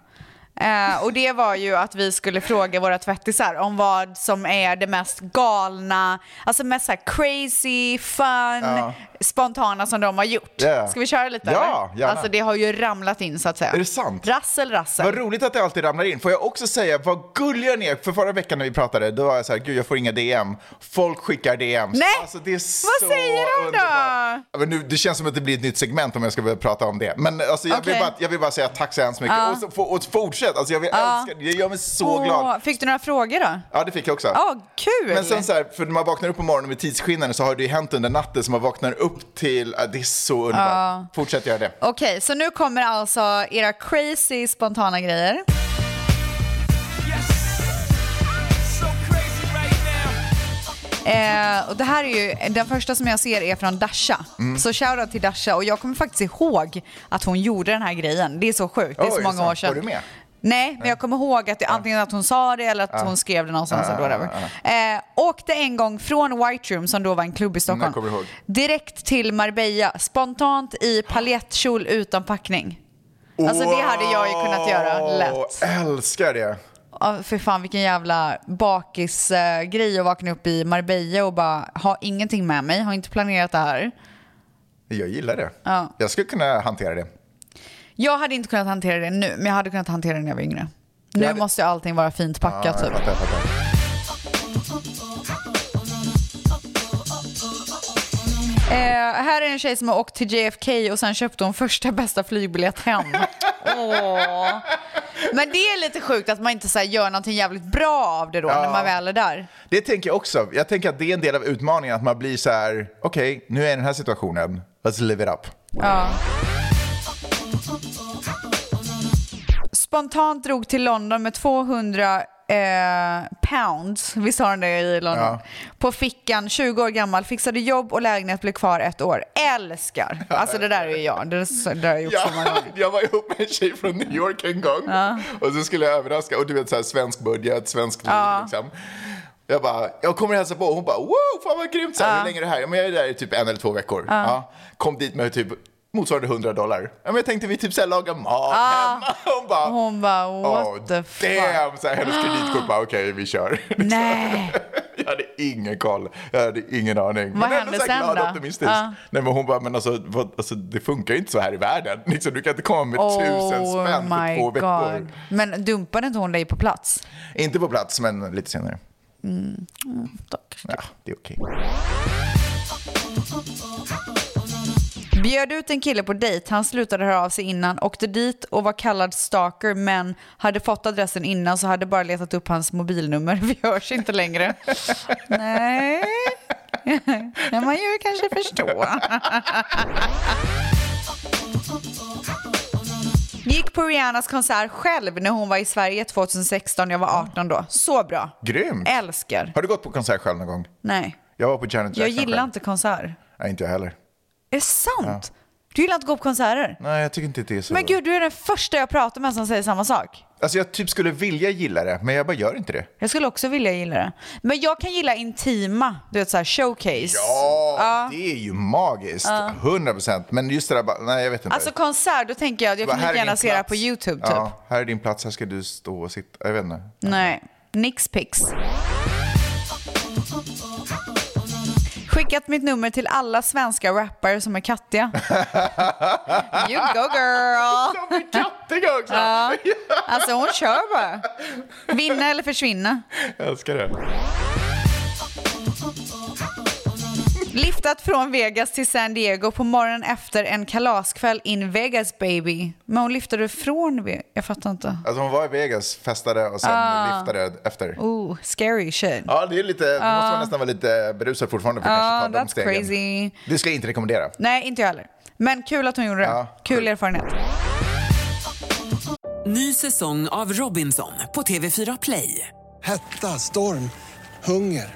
S4: Eh, och det var ju att vi skulle fråga våra tvättisar om vad som är det mest galna, alltså mest så här crazy, fun,
S5: Ja.
S4: spontana som de har gjort.
S5: Ja.
S4: Ska vi köra lite?
S5: Ja,
S4: eller?
S5: gärna.
S4: Alltså det har ju ramlat in så att säga.
S5: Är det sant?
S4: Rassel, rassel.
S5: Vad roligt att det alltid ramlar in. Får jag också säga, vad gulliga ni är. För förra veckan när vi pratade, då var jag så här, gud jag får inga DM. Folk skickar DM.
S4: Nej!
S5: Alltså, det är så
S4: vad säger de då?
S5: Ja, Men nu, det känns som att det blir ett nytt segment om jag ska börja prata om det. Men alltså, jag,
S4: Okej.
S5: vill, bara, jag vill bara säga tack så hemskt mycket.
S4: Ja.
S5: Och, så, få- och fortsätt, alltså, jag vill
S4: Ja.
S5: älska det. Jag gör mig så
S4: Åh,
S5: glad.
S4: Fick du några frågor då?
S5: Ja, det fick jag också.
S4: Ja, kul!
S5: Men sen så här, för när man vaknar upp på morgonen med tidsskillnaden så har det ju hänt under natten så man vaknar upp till, ja, det är så underbart.
S4: Ja.
S5: Fortsätt göra det.
S4: Okej, så nu kommer alltså era crazy spontana grejer. Eh, och det här är ju, den första som jag ser är från Dasha.
S5: Mm.
S4: Så shoutout till Dasha och jag kommer faktiskt ihåg att hon gjorde den här grejen. Det är så sjukt, det är så
S5: Oj,
S4: många
S5: så.
S4: år sedan.
S5: Var du med?
S4: Nej, men jag kommer ihåg att det, antingen att hon sa det eller att
S5: Ja.
S4: hon skrev det någonstans.
S5: Ja,
S4: eller whatever.
S5: ja,
S4: Eh, åkte en gång från White Room, som då var en klubb i
S5: Mm,
S4: Stockholm,
S5: jag kommer ihåg.
S4: direkt till Marbella, spontant i paljettkjol utan packning. Alltså det hade jag ju kunnat göra lätt.
S5: Åh, älskar det.
S4: Ja, för fan vilken jävla bakisgrej eh, grej att vakna upp i Marbella och bara ha ingenting med mig, har inte planerat det här.
S5: Jag gillar det.
S4: Ja.
S5: Jag skulle kunna hantera det.
S4: Jag hade inte kunnat hantera det nu, men jag hade kunnat hantera det när jag var yngre. Nu måste ju allting vara fint packat
S5: Ja, jag
S4: typ.
S5: fattar, jag fattar.
S4: Eh, här är en tjej som har åkt till JFK och sen köpte hon första bästa flygbiljett hem. Åh. Men det är lite sjukt att man inte så här, gör någonting jävligt bra av det då när man väl är där.
S5: Det tänker jag också. Jag tänker att det är en del av utmaningen att man blir så här, okej, nu är jag i den här situationen, let's live it up.
S4: Ja. Spontant drog till London med 200 eh, pounds, visst har han det i London?
S5: Ja.
S4: På fickan, 20 år gammal, fixade jobb och lägenhet, blev kvar ett år. Älskar! Alltså det där är ju jag, det, är så- det där har jag gjort så många gånger.
S5: jag var ihop med en tjej från New York en gång och så skulle jag överraska, och du vet så här svensk budget, svensk liv
S4: Ja.
S5: liksom. Jag bara, jag kommer hälsa på. Hon bara, wow, fan vad grymt. Så här,
S4: Ja.
S5: Hur länge är det här? Ja, men jag är där i typ en eller två veckor.
S4: Ja.
S5: Ja. Kom dit med typ motsvarande 100 dollar. Ja, men jag tänkte vi typ så här lagar mat hemma. Hon bara,
S4: Hon bara what
S5: oh,
S4: the
S5: damn.
S4: fuck. Ah.
S5: Så här, hennes kreditkort bara, okej vi kör.
S4: Nej.
S5: Jag hade ingen koll. Jag hade ingen aning.
S4: Vad
S5: men ändå
S4: hände
S5: så
S4: sen
S5: här glad
S4: då? Ah.
S5: och optimistisk.
S4: Ja.
S5: Nej, men hon bara, men alltså, vad, alltså det funkar ju inte så här i världen. Liksom, du kan inte komma med
S4: Oh
S5: tusen spänn för två veckor.
S4: Men dumpade inte hon dig på plats?
S5: Inte på plats, men lite senare.
S4: Mm. Mm.
S5: Ja, det är okej.
S4: Bjöd ut en kille på dejt, han slutade höra av sig innan, åkte dit och var kallad stalker men hade fått adressen innan så hade bara letat upp hans mobilnummer. Vi hörs inte längre. Nej, kan man ju kanske förstå. Gick på Rihannas konsert själv när hon var i Sverige 2016, jag var 18 då. Så bra.
S5: Grymt.
S4: Eh. Älskar.
S5: Har du gått på konsert själv någon gång?
S4: Nej,
S5: Jag var på Janet Jackson
S4: jag gillar
S5: själv.
S4: inte konserter.
S5: Nej, inte jag heller.
S4: Är det sant? Du gillar inte att gå på konserter?
S5: Nej, jag tycker inte att det är så.
S4: Men gud, du är den första jag pratar med som säger samma sak.
S5: Alltså jag typ skulle vilja gilla det, men jag bara gör inte det.
S4: Jag skulle också vilja gilla det. Men jag kan gilla intima, du vet såhär showcase.
S5: Ja, det är ju magiskt.
S4: Ja.
S5: 100 procent. Men just det där, bara- nej jag vet inte.
S4: Alltså konsert, då tänker jag att jag
S5: Bara,
S4: kan
S5: här
S4: lika
S5: är
S4: gärna
S5: din
S4: se det här
S5: plats.
S4: på YouTube typ.
S5: Ja, här är din plats, här ska du stå och sitta. Jag vet inte.
S4: Nej, nix pix. Skickat mitt nummer till alla svenska rappare som är kattiga. You go girl!
S5: De är kattiga också!
S4: Ja. Alltså hon kör bara. Vinna eller försvinna.
S5: Jag älskar det.
S4: Liftat från Vegas till San Diego på morgonen efter en kalaskväll in Vegas baby. Men hon lyftade från Vegas. Jag fattar inte.
S5: Alltså hon var i Vegas, festade och sen
S4: Ah.
S5: liftade efter.
S4: Oh, scary shit.
S5: Ja, det är lite, då
S4: Ah.
S5: måste man nästan vara lite berusad fortfarande för att
S4: Ja,
S5: kanske ta de
S4: that's
S5: stegen.
S4: crazy.
S5: Det ska jag inte rekommendera.
S4: Nej, inte jag heller. Men kul att hon gjorde det. kul erfarenhet.
S1: Ny säsong av Robinson på TV4 Play.
S2: Hetta, storm, hunger.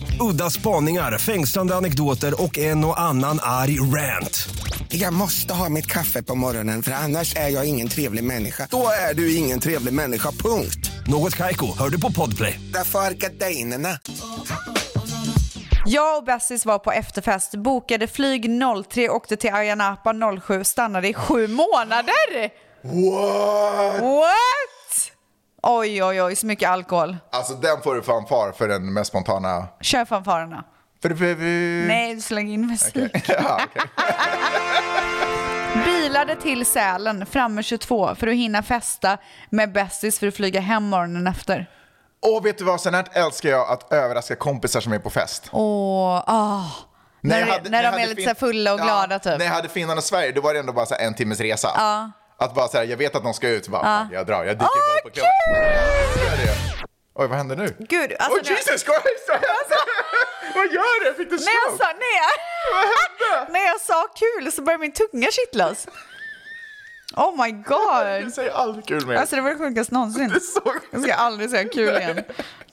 S14: Udda spaningar, fängslande anekdoter och en och annan arg rant.
S16: Jag måste ha mitt kaffe på morgonen för annars är jag ingen trevlig människa. Då är du ingen trevlig människa, punkt.
S14: Något kajko, hör du på podplay.
S16: Därför är gardinerna.
S4: Jag och Bessis var på efterfest, bokade flyg 03, åkte till Ayia Napa 07, stannade i sju månader!
S5: What?
S4: What? Oj, oj, oj, så mycket alkohol.
S5: Alltså den får du fanfar för den mest spontana...
S4: Kör fanfarerna. Nej, du slänger in musik.
S5: Ja, okej.
S4: Bilade till Sälen framme 22 för att hinna festa med bästis för att flyga hem morgonen efter.
S5: Och vet du vad, sånt här älskar jag att överraska kompisar som är på fest.
S4: Åh, ah.
S5: När
S4: När,
S5: jag hade-
S4: när
S5: när jag
S4: de är
S5: hade
S4: lite
S5: fin-
S4: så här fulla och
S5: Ja,
S4: glada typ.
S5: När jag hade Finland och Sverige, då var det ändå bara så här en timmes resa.
S4: Ja.
S5: Att bara så här, jag vet att de ska ut, så bara,
S4: Ja.
S5: "Fan, jag drar, jag dyker bara upp på klubben. Jag älskar det. Oj, vad händer nu?
S4: Gud, alltså...
S5: Åh, Jesus Christ! vad hände? Vad gör du? Fick du
S4: När jag sa,
S5: stroke?
S4: när jag, när jag sa kul så började min tunga kittlas. Oh my god. Du
S5: säger aldrig kul mer.
S4: Alltså det var det sjukaste någonsin. Jag ska aldrig säga kul igen.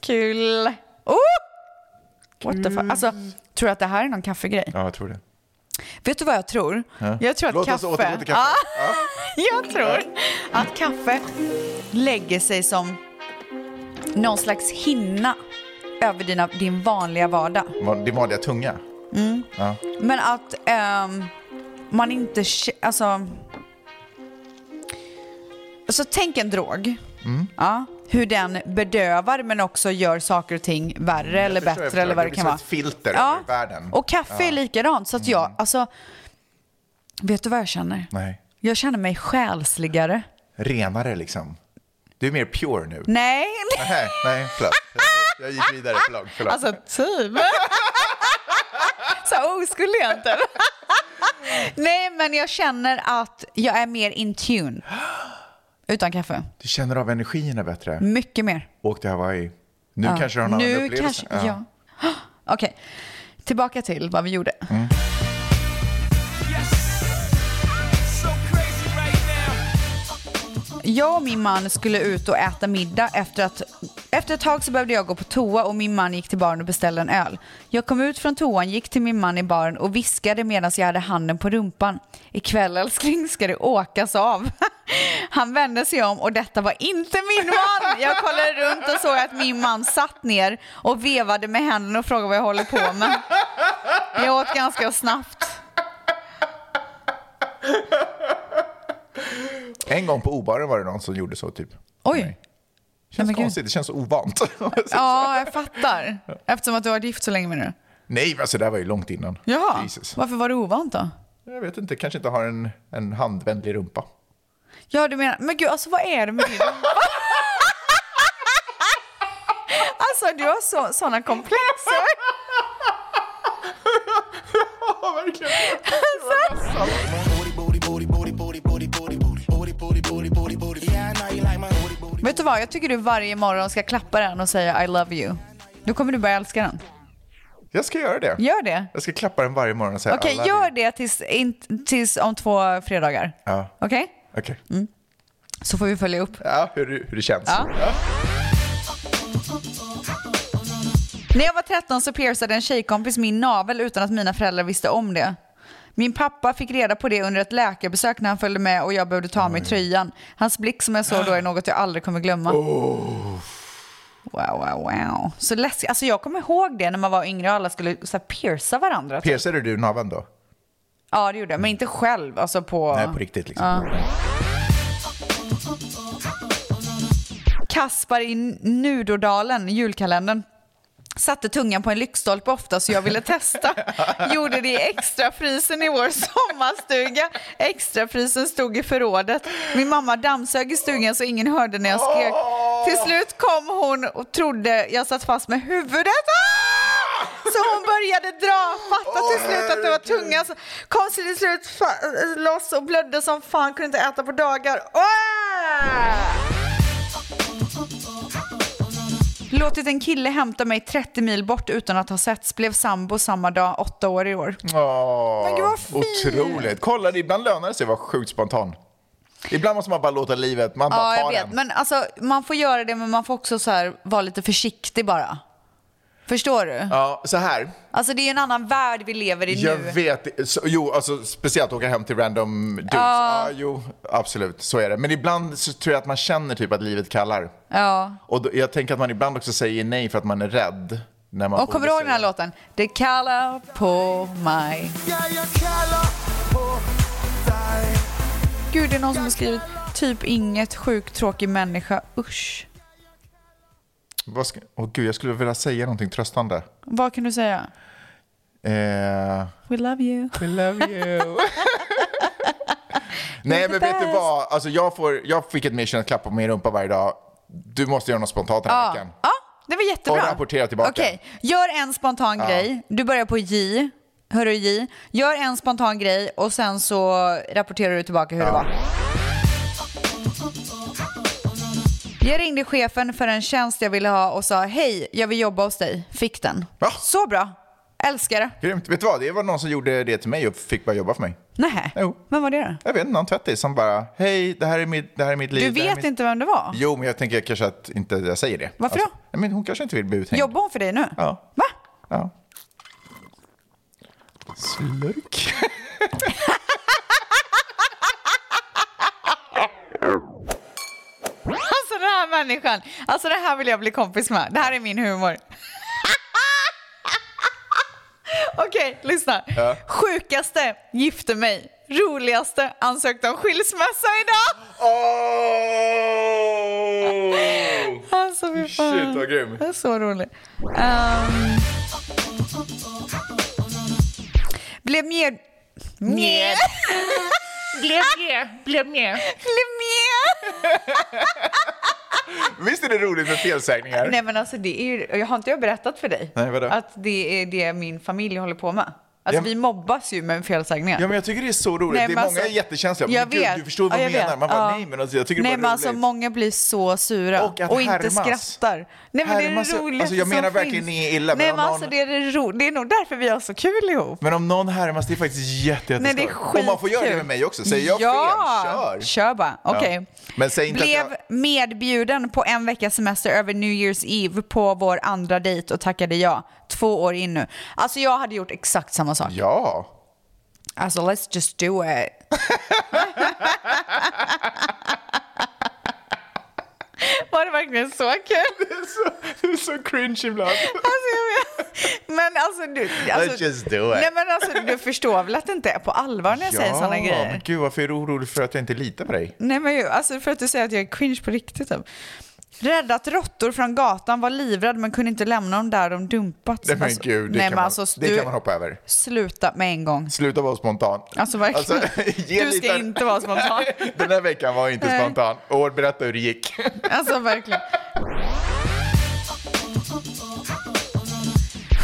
S4: Kul. Oh! What the fuck. Alltså, tror du att det här är någon kaffegrej?
S5: Ja, jag tror det.
S4: Vet du vad jag tror?
S5: Ja.
S4: Jag tror att
S5: Låt oss
S4: kaffe...
S5: återgå till kaffe.
S4: Ah, jag tror att kaffe lägger sig som någon slags hinna över dina, din vanliga vardag.
S5: Vad- Din vanliga tunga.
S4: Mm.
S5: Ja.
S4: Men att ehm, man inte... k- Alltså... Så tänk en drog.
S5: Mm.
S4: Ja, hur den bedövar men också gör saker och ting värre eller
S5: förstår, jag
S4: bättre
S5: förstår.
S4: eller vad det
S5: blir
S4: kan
S5: som
S4: vara.
S5: ett filter
S4: Ja.
S5: över världen. Mm.
S4: Och kaffe är likadant. Så att jag, alltså... Vet du vad jag känner?
S5: Nej.
S4: Jag känner mig själsligare.
S5: Renare liksom. Du är mer pure nu.
S4: Nej,
S5: Nej, nej, förlåt. Jag gick vidare för långt. Förlåt.
S4: alltså typ. Så oskuld egentligen. Nej, men jag känner att jag är mer in tune. Utan kaffe.
S5: Du känner av energierna bättre.
S4: Mycket mer.
S5: Åk till Hawaii. Nu
S4: Mm. Ja.
S5: kanske du har en annan
S4: nu
S5: upplevelse.
S4: Kanske, ja. Okej, tillbaka till vad vi gjorde. Jag och min man skulle ut och äta middag. Efter, att, efter ett tag så behövde jag gå på toa och min man gick till baren och beställde en öl. Jag kom ut från toan, gick till min man i baren och viskade medan jag hade handen på rumpan. Ikväll älskling ska det åkas av. Han vände sig om och detta var inte min man. Jag kollade runt och såg att min man satt ner och vevade med händerna och frågade vad jag håller på med. Jag åt ganska snabbt.
S5: En gång på Obaren var det någon som gjorde så typ.
S4: Oj.
S5: Känns
S4: men gud.
S5: konstigt, det känns så ovant.
S4: Ja, jag fattar. Eftersom att du har varit gift så länge med nu.
S5: Nej, men alltså det där var ju långt innan.
S4: Jaha,
S5: Jesus.
S4: varför var det ovant då?
S5: Jag vet inte, kanske inte har en, en handvänlig rumpa.
S4: Ja, du menar, men gud alltså vad är det med din... alltså du har så, sådana komplexer.
S5: Ja, verkligen.
S4: Alltså. Vet du vad, jag tycker du varje morgon ska klappa den och säga I love you. Då kommer du börja älska den.
S5: Jag ska göra det.
S4: Gör det.
S5: Jag ska klappa den varje morgon och säga
S4: Okej,
S5: I love you.
S4: gör det tills, in, tills om två fredagar.
S5: Ja,
S4: Okej?
S5: okej.
S4: Så får vi följa upp.
S5: Ja, hur, hur det känns.
S4: Ja. När jag var 13 så piercade en tjejkompis min navel utan att mina föräldrar visste om det. Min pappa fick reda på det under ett läkarbesök när han följde med och jag behövde ta av mig tröjan. Hans blick som jag såg då är något jag aldrig kommer glömma. Wow, wow, wow. Så läskigt. Alltså jag kommer ihåg det när man var yngre och alla skulle så här, pierca varandra. typ.
S5: Piercade du naveln då?
S4: Ja, det gjorde jag. Men inte själv. Alltså på...
S5: Nej, på riktigt liksom.
S4: Ja. Kaspar i Nudodalen, julkalendern. Satte tungan på en lyktstolpe ofta så jag ville testa. Gjorde det i extrafrysen i vår sommarstuga. Extrafrysen stod i förrådet. Min mamma dammsög i stugan så ingen hörde när jag skrek. Till slut kom hon och trodde jag satt fast med huvudet. Ah! Så hon började dra, fattade till slut att det var tungan som kom till slut fa- loss och blödde som fan, kunde inte äta på dagar. Ah! Låtit en kille hämta mig 30 mil bort utan att ha setts. Blev sambo samma dag, åtta år i år.
S5: Åh,
S4: Men gud, vad fint.
S5: Otroligt. Kolla, ibland lönar det sig att vara sjukt spontan. Ibland måste man bara låta livet, man bara
S4: ja, jag
S5: tar
S4: vet.
S5: den.
S4: Men alltså, man får göra det, men man får också så här, vara lite försiktig bara. Förstår du?
S5: Ja, så här.
S4: Alltså det är ju en annan värld vi lever i
S5: Jag
S4: nu.
S5: vet, så, jo, alltså, speciellt åka hem till random dudes.
S4: Ja.
S5: Ja, jo, absolut, så är det. Men ibland så tror jag att man känner typ att livet kallar.
S4: Ja.
S5: Och då, jag tänker att man ibland också säger nej för att man är rädd. När man
S4: Och kommer du
S5: borde
S4: ihåg
S5: säga-
S4: den här låten? Det kallar på mig. Gud, det är någon som har skrivit typ inget sjukt tråkig människa, usch.
S5: Vad ska, åh gud, jag skulle vilja säga någonting tröstande.
S4: Vad kan du säga?
S5: Eh,
S4: We love you.
S5: We love you. nej, men vet du
S4: bäst.
S5: vad? Alltså, jag, får, jag fick ett mission att klappa på min rumpa varje dag. Du måste göra något spontant den här
S4: ja.
S5: veckan.
S4: ja, det var jättebra.
S5: Och rapportera tillbaka.
S4: Okej, gör en spontan
S5: Ja.
S4: grej. Du börjar på J. Hörru J. Gör en spontan grej och sen så rapporterar du tillbaka hur det var. Jag ringde chefen för en tjänst jag ville ha och sa hej, jag vill jobba hos dig. Fick den. Så bra. Älskar det.
S5: Grymt. Vet du vad? Det var någon som gjorde det till mig och fick börja jobba för mig.
S4: Nej. Vem var det då?
S5: Jag vet inte, någon tvättis som bara, hej, det här är mitt, det här är mitt liv.
S4: Du
S5: det här är
S4: vet
S5: mitt...
S4: inte vem det var?
S5: Jo, men jag tänker kanske att inte jag säger det.
S4: Varför
S5: alltså, då? Men hon kanske inte vill bli uthängd.
S4: Jobbar hon för dig nu?
S5: Ja.
S4: Va?
S5: Ja. Slurk.
S4: Alltså den här människan. Alltså det här vill jag bli kompis med. Det här är min humor. Okej, lyssna.
S5: Ja.
S4: Sjukaste, gifte mig. Roligaste, ansökte om skilsmässa idag.
S5: Oh!
S4: Alltså fy fan.
S5: Shit, vad grym.
S4: Det är så rolig. Ehm. blev mer... Mer. blev mer. Blev mer. Blev mer.
S5: Visst är det roligt med felsägningar?
S4: Nej men alltså det är ju, jag har inte jag berättat för dig
S5: Nej, vadå?
S4: att det är det min familj håller på med? Alltså
S5: Ja, men-
S4: vi mobbas ju med felsägningar.
S5: Ja, men jag tycker det är så roligt.
S4: Nej,
S5: det är
S4: men
S5: många
S4: alltså-
S5: är jättekänsliga.
S4: Jag
S5: men gud,
S4: vet.
S5: du förstår vad
S4: Ja,
S5: jag
S4: jag
S5: menar.
S4: vet.
S5: Man
S4: Ja.
S5: bara, nej men alltså, jag tycker
S4: Nej
S5: det
S4: men
S5: är
S4: alltså
S5: roligt.
S4: många blir så sura
S5: Och att
S4: inte
S5: härmas.
S4: skrattar. Nej men
S5: Härmas-
S4: det är det roligaste
S5: alltså, jag menar
S4: som
S5: verkligen
S4: finns.
S5: ni är illa, men
S4: Nej
S5: om
S4: men alltså
S5: någon-
S4: det är det ro... det är nog därför vi har så kul ihop.
S5: Men om någon härmas, det är faktiskt jätte,
S4: Nej, det är
S5: jätteskoj. Och man får göra det
S4: skitkul.
S5: med mig också. Säger jag
S4: Ja,
S5: fel, kör.
S4: kör bara. Okej.
S5: Men säg inte
S4: Blev
S5: att jag...
S4: medbjuden på en veckas semester över New Year's Eve på vår andra dejt och tackade ja. Två år in nu. Alltså jag hade gjort exakt samma sak.
S5: Ja.
S4: Alltså let's just do it. Var det verkligen så kul?
S5: Det är så, det är så cringe ibland.
S4: Alltså, jag vet. Men alltså du...
S5: Let's
S4: Alltså,
S5: just do it.
S4: Nej men alltså du förstår väl att det inte är på allvar när jag säger
S5: ja,
S4: sådana grejer?
S5: men gud varför är du orolig för att jag inte litar på dig?
S4: Nej men ju, alltså för att du säger att jag är cringe på riktigt typ. Räddat råttor från gatan, var livrädd men kunde inte lämna dem där de dumpats.
S5: Nej men
S4: Alltså,
S5: gud, det,
S4: nej,
S5: kan,
S4: men
S5: man,
S4: alltså,
S5: det
S4: du-
S5: kan man hoppa över.
S4: Sluta med en gång.
S5: Sluta vara spontan.
S4: Alltså verkligen.
S5: ge
S4: du ska
S5: lite-
S4: inte vara spontan.
S5: Den här veckan var inte
S4: Nej.
S5: spontan. Och berätta hur det gick.
S4: Alltså verkligen.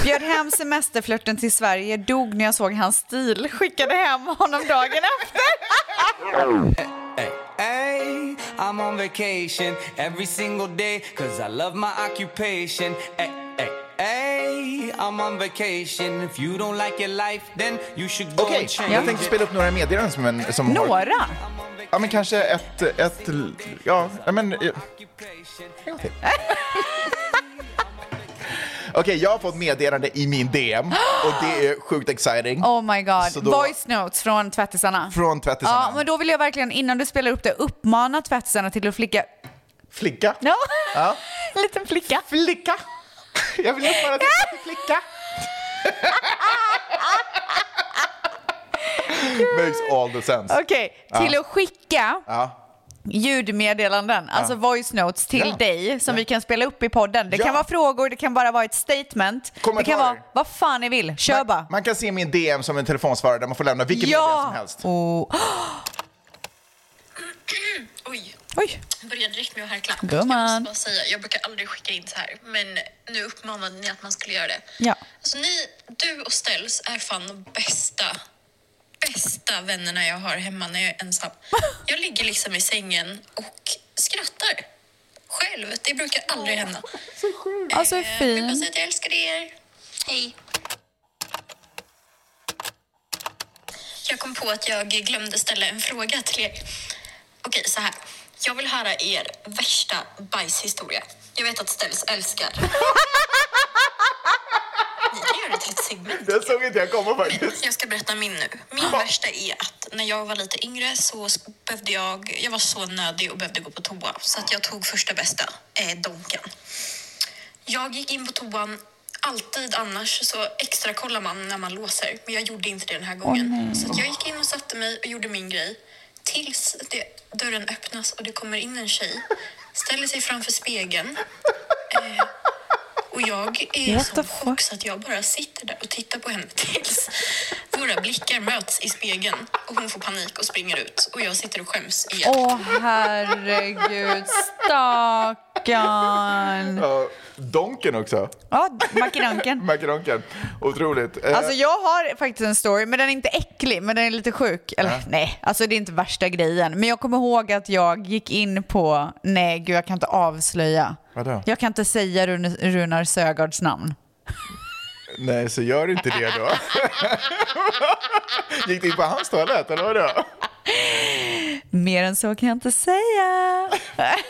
S4: Bjöd hem semesterflörten till Sverige, dog när jag såg hans stil, skickade hem honom dagen efter.
S18: Eh.
S17: Hey, I'm on vacation every single day cause I love my occupation. Hey, hey, hey, I'm on vacation. If you don't like your life, then you should go
S5: Okej,
S17: and change
S5: jag tänkte
S17: it.
S5: spela upp några meddelanden som, en, som Har,
S4: Några?
S5: ja men kanske ett, ett, ja nej, men. eh, En gång till. Okej, jag har fått meddelande i min DM och det är sjukt exciting.
S4: Oh my
S5: Så
S4: god.
S5: då-
S4: Voice notes från tvättisarna.
S5: Från tvättisarna.
S4: Ja, men då vill jag verkligen innan du spelar upp det uppmana tvättisarna till att flicka...
S5: Flicka?
S4: Ja.
S5: Ja.
S4: En liten flicka.
S5: Flicka! Jag vill uppmana till att flicka. Makes all the sense.
S4: Okej, till
S5: Ja.
S4: att skicka
S5: Ja.
S4: ljudmeddelanden, alltså voice notes till
S5: Ja.
S4: dig som vi kan spela upp i podden. Det
S5: Ja.
S4: kan vara frågor, det kan bara vara ett statement. Det kan
S5: Kommentarer.
S4: vara vad fan ni vill, kör bara.
S5: Man kan se min DM som en telefonsvarare där man får lämna vilken
S4: Ja.
S5: meddelande som helst.
S4: Och...
S19: Oj.
S4: Oj.
S19: Jag började direkt med att harkla.
S4: Gumman.
S19: Jag måste bara säga, jag brukar aldrig skicka in så här, men nu uppmanade ni att man skulle göra det.
S4: Ja.
S19: Alltså ni, du och Ställs är fan de bästa, bästa vännerna jag har hemma när jag är ensam. Jag ligger liksom i sängen och skrattar. Själv, det brukar aldrig hända.
S4: Alltså
S19: Eh,
S4: fin.
S19: Jag vill bara säga att jag älskar er. Hej. Jag kom på att jag glömde ställa en fråga till er. Okej, så här. Jag vill höra er värsta bajshistoria. Jag vet att Ställs älskar. Ni kan göra det till ett segment.
S5: Den såg inte jag komma faktiskt.
S19: Jag ska berätta min nu. Min värsta är att när jag var lite yngre så behövde jag, jag var så nödig och behövde gå på toa så att jag tog första bästa, eh, donken. Jag gick in på toan, alltid annars så extra kollar man när man låser men jag gjorde inte det den här gången.
S10: nej.
S19: så att jag gick in och satte mig och gjorde min grej tills det, dörren öppnas och det kommer in en tjej, ställer sig framför spegeln eh, och jag är i
S10: What
S19: sån chock så att jag bara sitter där och tittar på henne tills våra blickar möts i spegeln och hon får panik och springer ut och jag sitter och skäms igen.
S4: Åh herregud, stackarn.
S5: Ja, donken också.
S4: Ja, Mackedonken.
S5: Mackedonken. Otroligt. Eh,
S4: Alltså jag har faktiskt en story, men den är inte äcklig, men den är lite sjuk. Eller
S5: Ja.
S4: nej, alltså det är inte värsta grejen. Men jag kommer ihåg att jag gick in på, nej gud jag kan inte avslöja.
S5: Vadå?
S4: Jag kan inte säga Rune- Runar Sögaards namn.
S5: Nej, så gör inte det då. Gick du in på hans toalett eller vadå?
S4: Mer än så kan jag inte säga.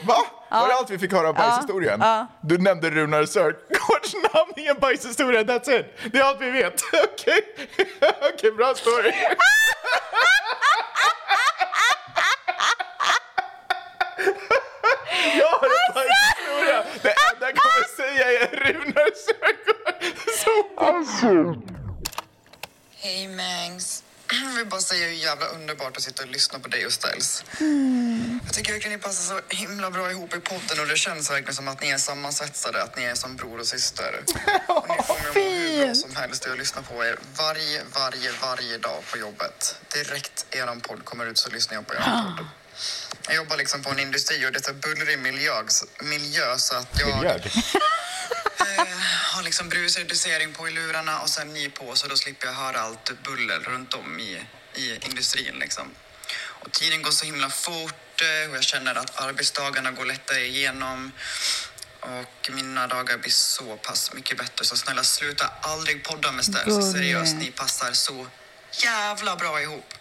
S5: Va? Var det allt vi fick höra om bajshistorien?
S4: Ja.
S5: Du nämnde Runar Sörgårds namn i en bajshistoria, that's it. Det är allt vi vet. Okej, Okej, bra story. Jag har
S4: Alltså!
S5: en bajshistoria. Det enda jag kommer säga är Runar Sörgård.
S18: Hej Mangs. Jag vill bara säga hur jävla underbart att sitta och lyssna på dig och Styles. Jag tycker verkligen ni passar så himla bra ihop i podden och det känns verkligen som att ni är sammansvetsade, att ni är som bror och syster. Och ni får mig att må hur bra som helst och jag lyssnar på er varje, varje, varje dag på jobbet. Direkt er podd kommer ut så lyssnar jag på er podd. Jag jobbar liksom på en industri och det är bullrig miljö, miljö så att jag har liksom brusreducering på i lurarna och sen ny på så då slipper jag höra allt buller runt om i, i industrin liksom. Och tiden går så himla fort eh, och jag känner att arbetsdagarna går lättare igenom och mina dagar blir så pass mycket bättre så snälla sluta aldrig podda med Ställs.
S10: Gulle.
S18: Seriöst, ni passar så jävla bra ihop.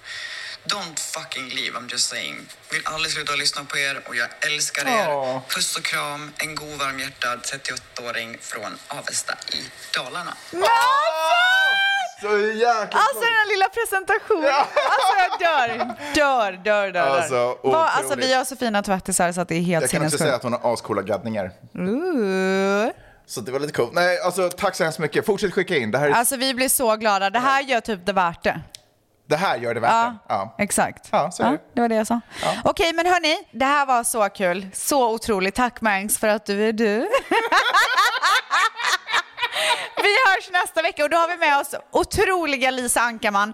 S18: Don't fucking leave, I'm just saying. Vill aldrig sluta lyssna på er och jag älskar er.
S5: Åh.
S18: Puss och kram, en god varmhjärtad 38-åring från Avesta i Dalarna.
S5: Så jäkla
S4: Alltså den här lilla presentationen. Alltså jag dör, dör, dör, dör. dör.
S5: Alltså,
S4: Vad-
S5: otroligt.
S4: alltså vi har så fina tvättisar så att det är helt
S5: Jag kan också säga att
S4: sinnessjukt.
S5: hon har ascoola gaddningar.
S4: Ooh.
S5: Så det var lite coolt. Nej, alltså tack så hemskt mycket. Fortsätt skicka in. Det här, är-
S4: Alltså vi blir så glada. Det här gör typ det värt det.
S5: det här gör det värt det. Ja.
S4: Exakt.
S5: Ja, så är det.
S4: det var det jag sa. Okej, men hörni, det här var så kul. Så otroligt. Tack Mangs för att du är du. Vi hörs nästa vecka och då har vi med oss otroliga Lisa Ankarman.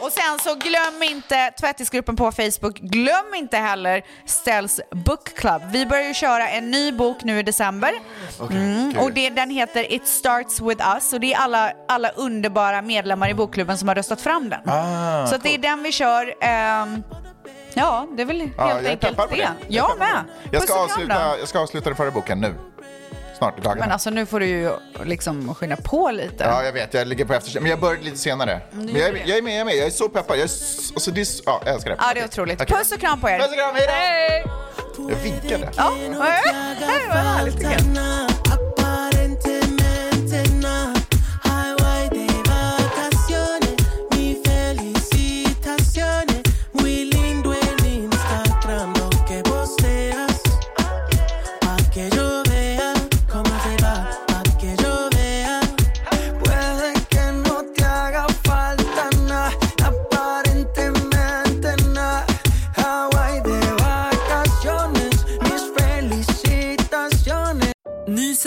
S4: Och sen så glöm inte tvättisgruppen på Facebook. Glöm inte heller Stells Book Club. Vi börjar ju köra en ny bok nu i december. Mm,
S10: kul.
S4: och det, den heter It starts with us och det är alla, alla underbara medlemmar i bokklubben som har röstat fram den.
S10: Ah,
S4: så att det är den vi kör. ehm, ja, det är väl helt
S5: Ja, jag är
S4: enkelt
S5: peppad på det.
S4: det.
S5: Jag är
S4: Jag med.
S5: Jag,
S4: Puss
S5: ska
S4: och kram då.
S5: avsluta, jag ska avsluta den förra boken nu. Snart i dagarna.
S4: Men alltså nu får du ju liksom skynda på lite.
S5: Ja, jag vet. Jag ligger på efterkänn. Men jag började lite
S4: Mm,
S5: senare. Men jag, är- jag är med, jag är med. Jag är så peppad. Jag är s- alltså, det är, s- ja, jag älskar det.
S4: Ja, det är otroligt.
S5: Okej.
S4: Puss och kram på er.
S5: Puss och kram, hejdå!
S4: Hej!
S5: Jag vinkade.
S4: Ja, hej, vad härligt tycker jag.
S10: Aparentemente nada, highway de vacaciones, mi felicitaciones, muy lindo en Instagram lo que posteas, pa' que yo vea cómo te va, pa' que yo vea. Puede que no te haga falta nada, aparentemente nada. Hawaii de vacaciones, mis felicitaciones.
S1: Ny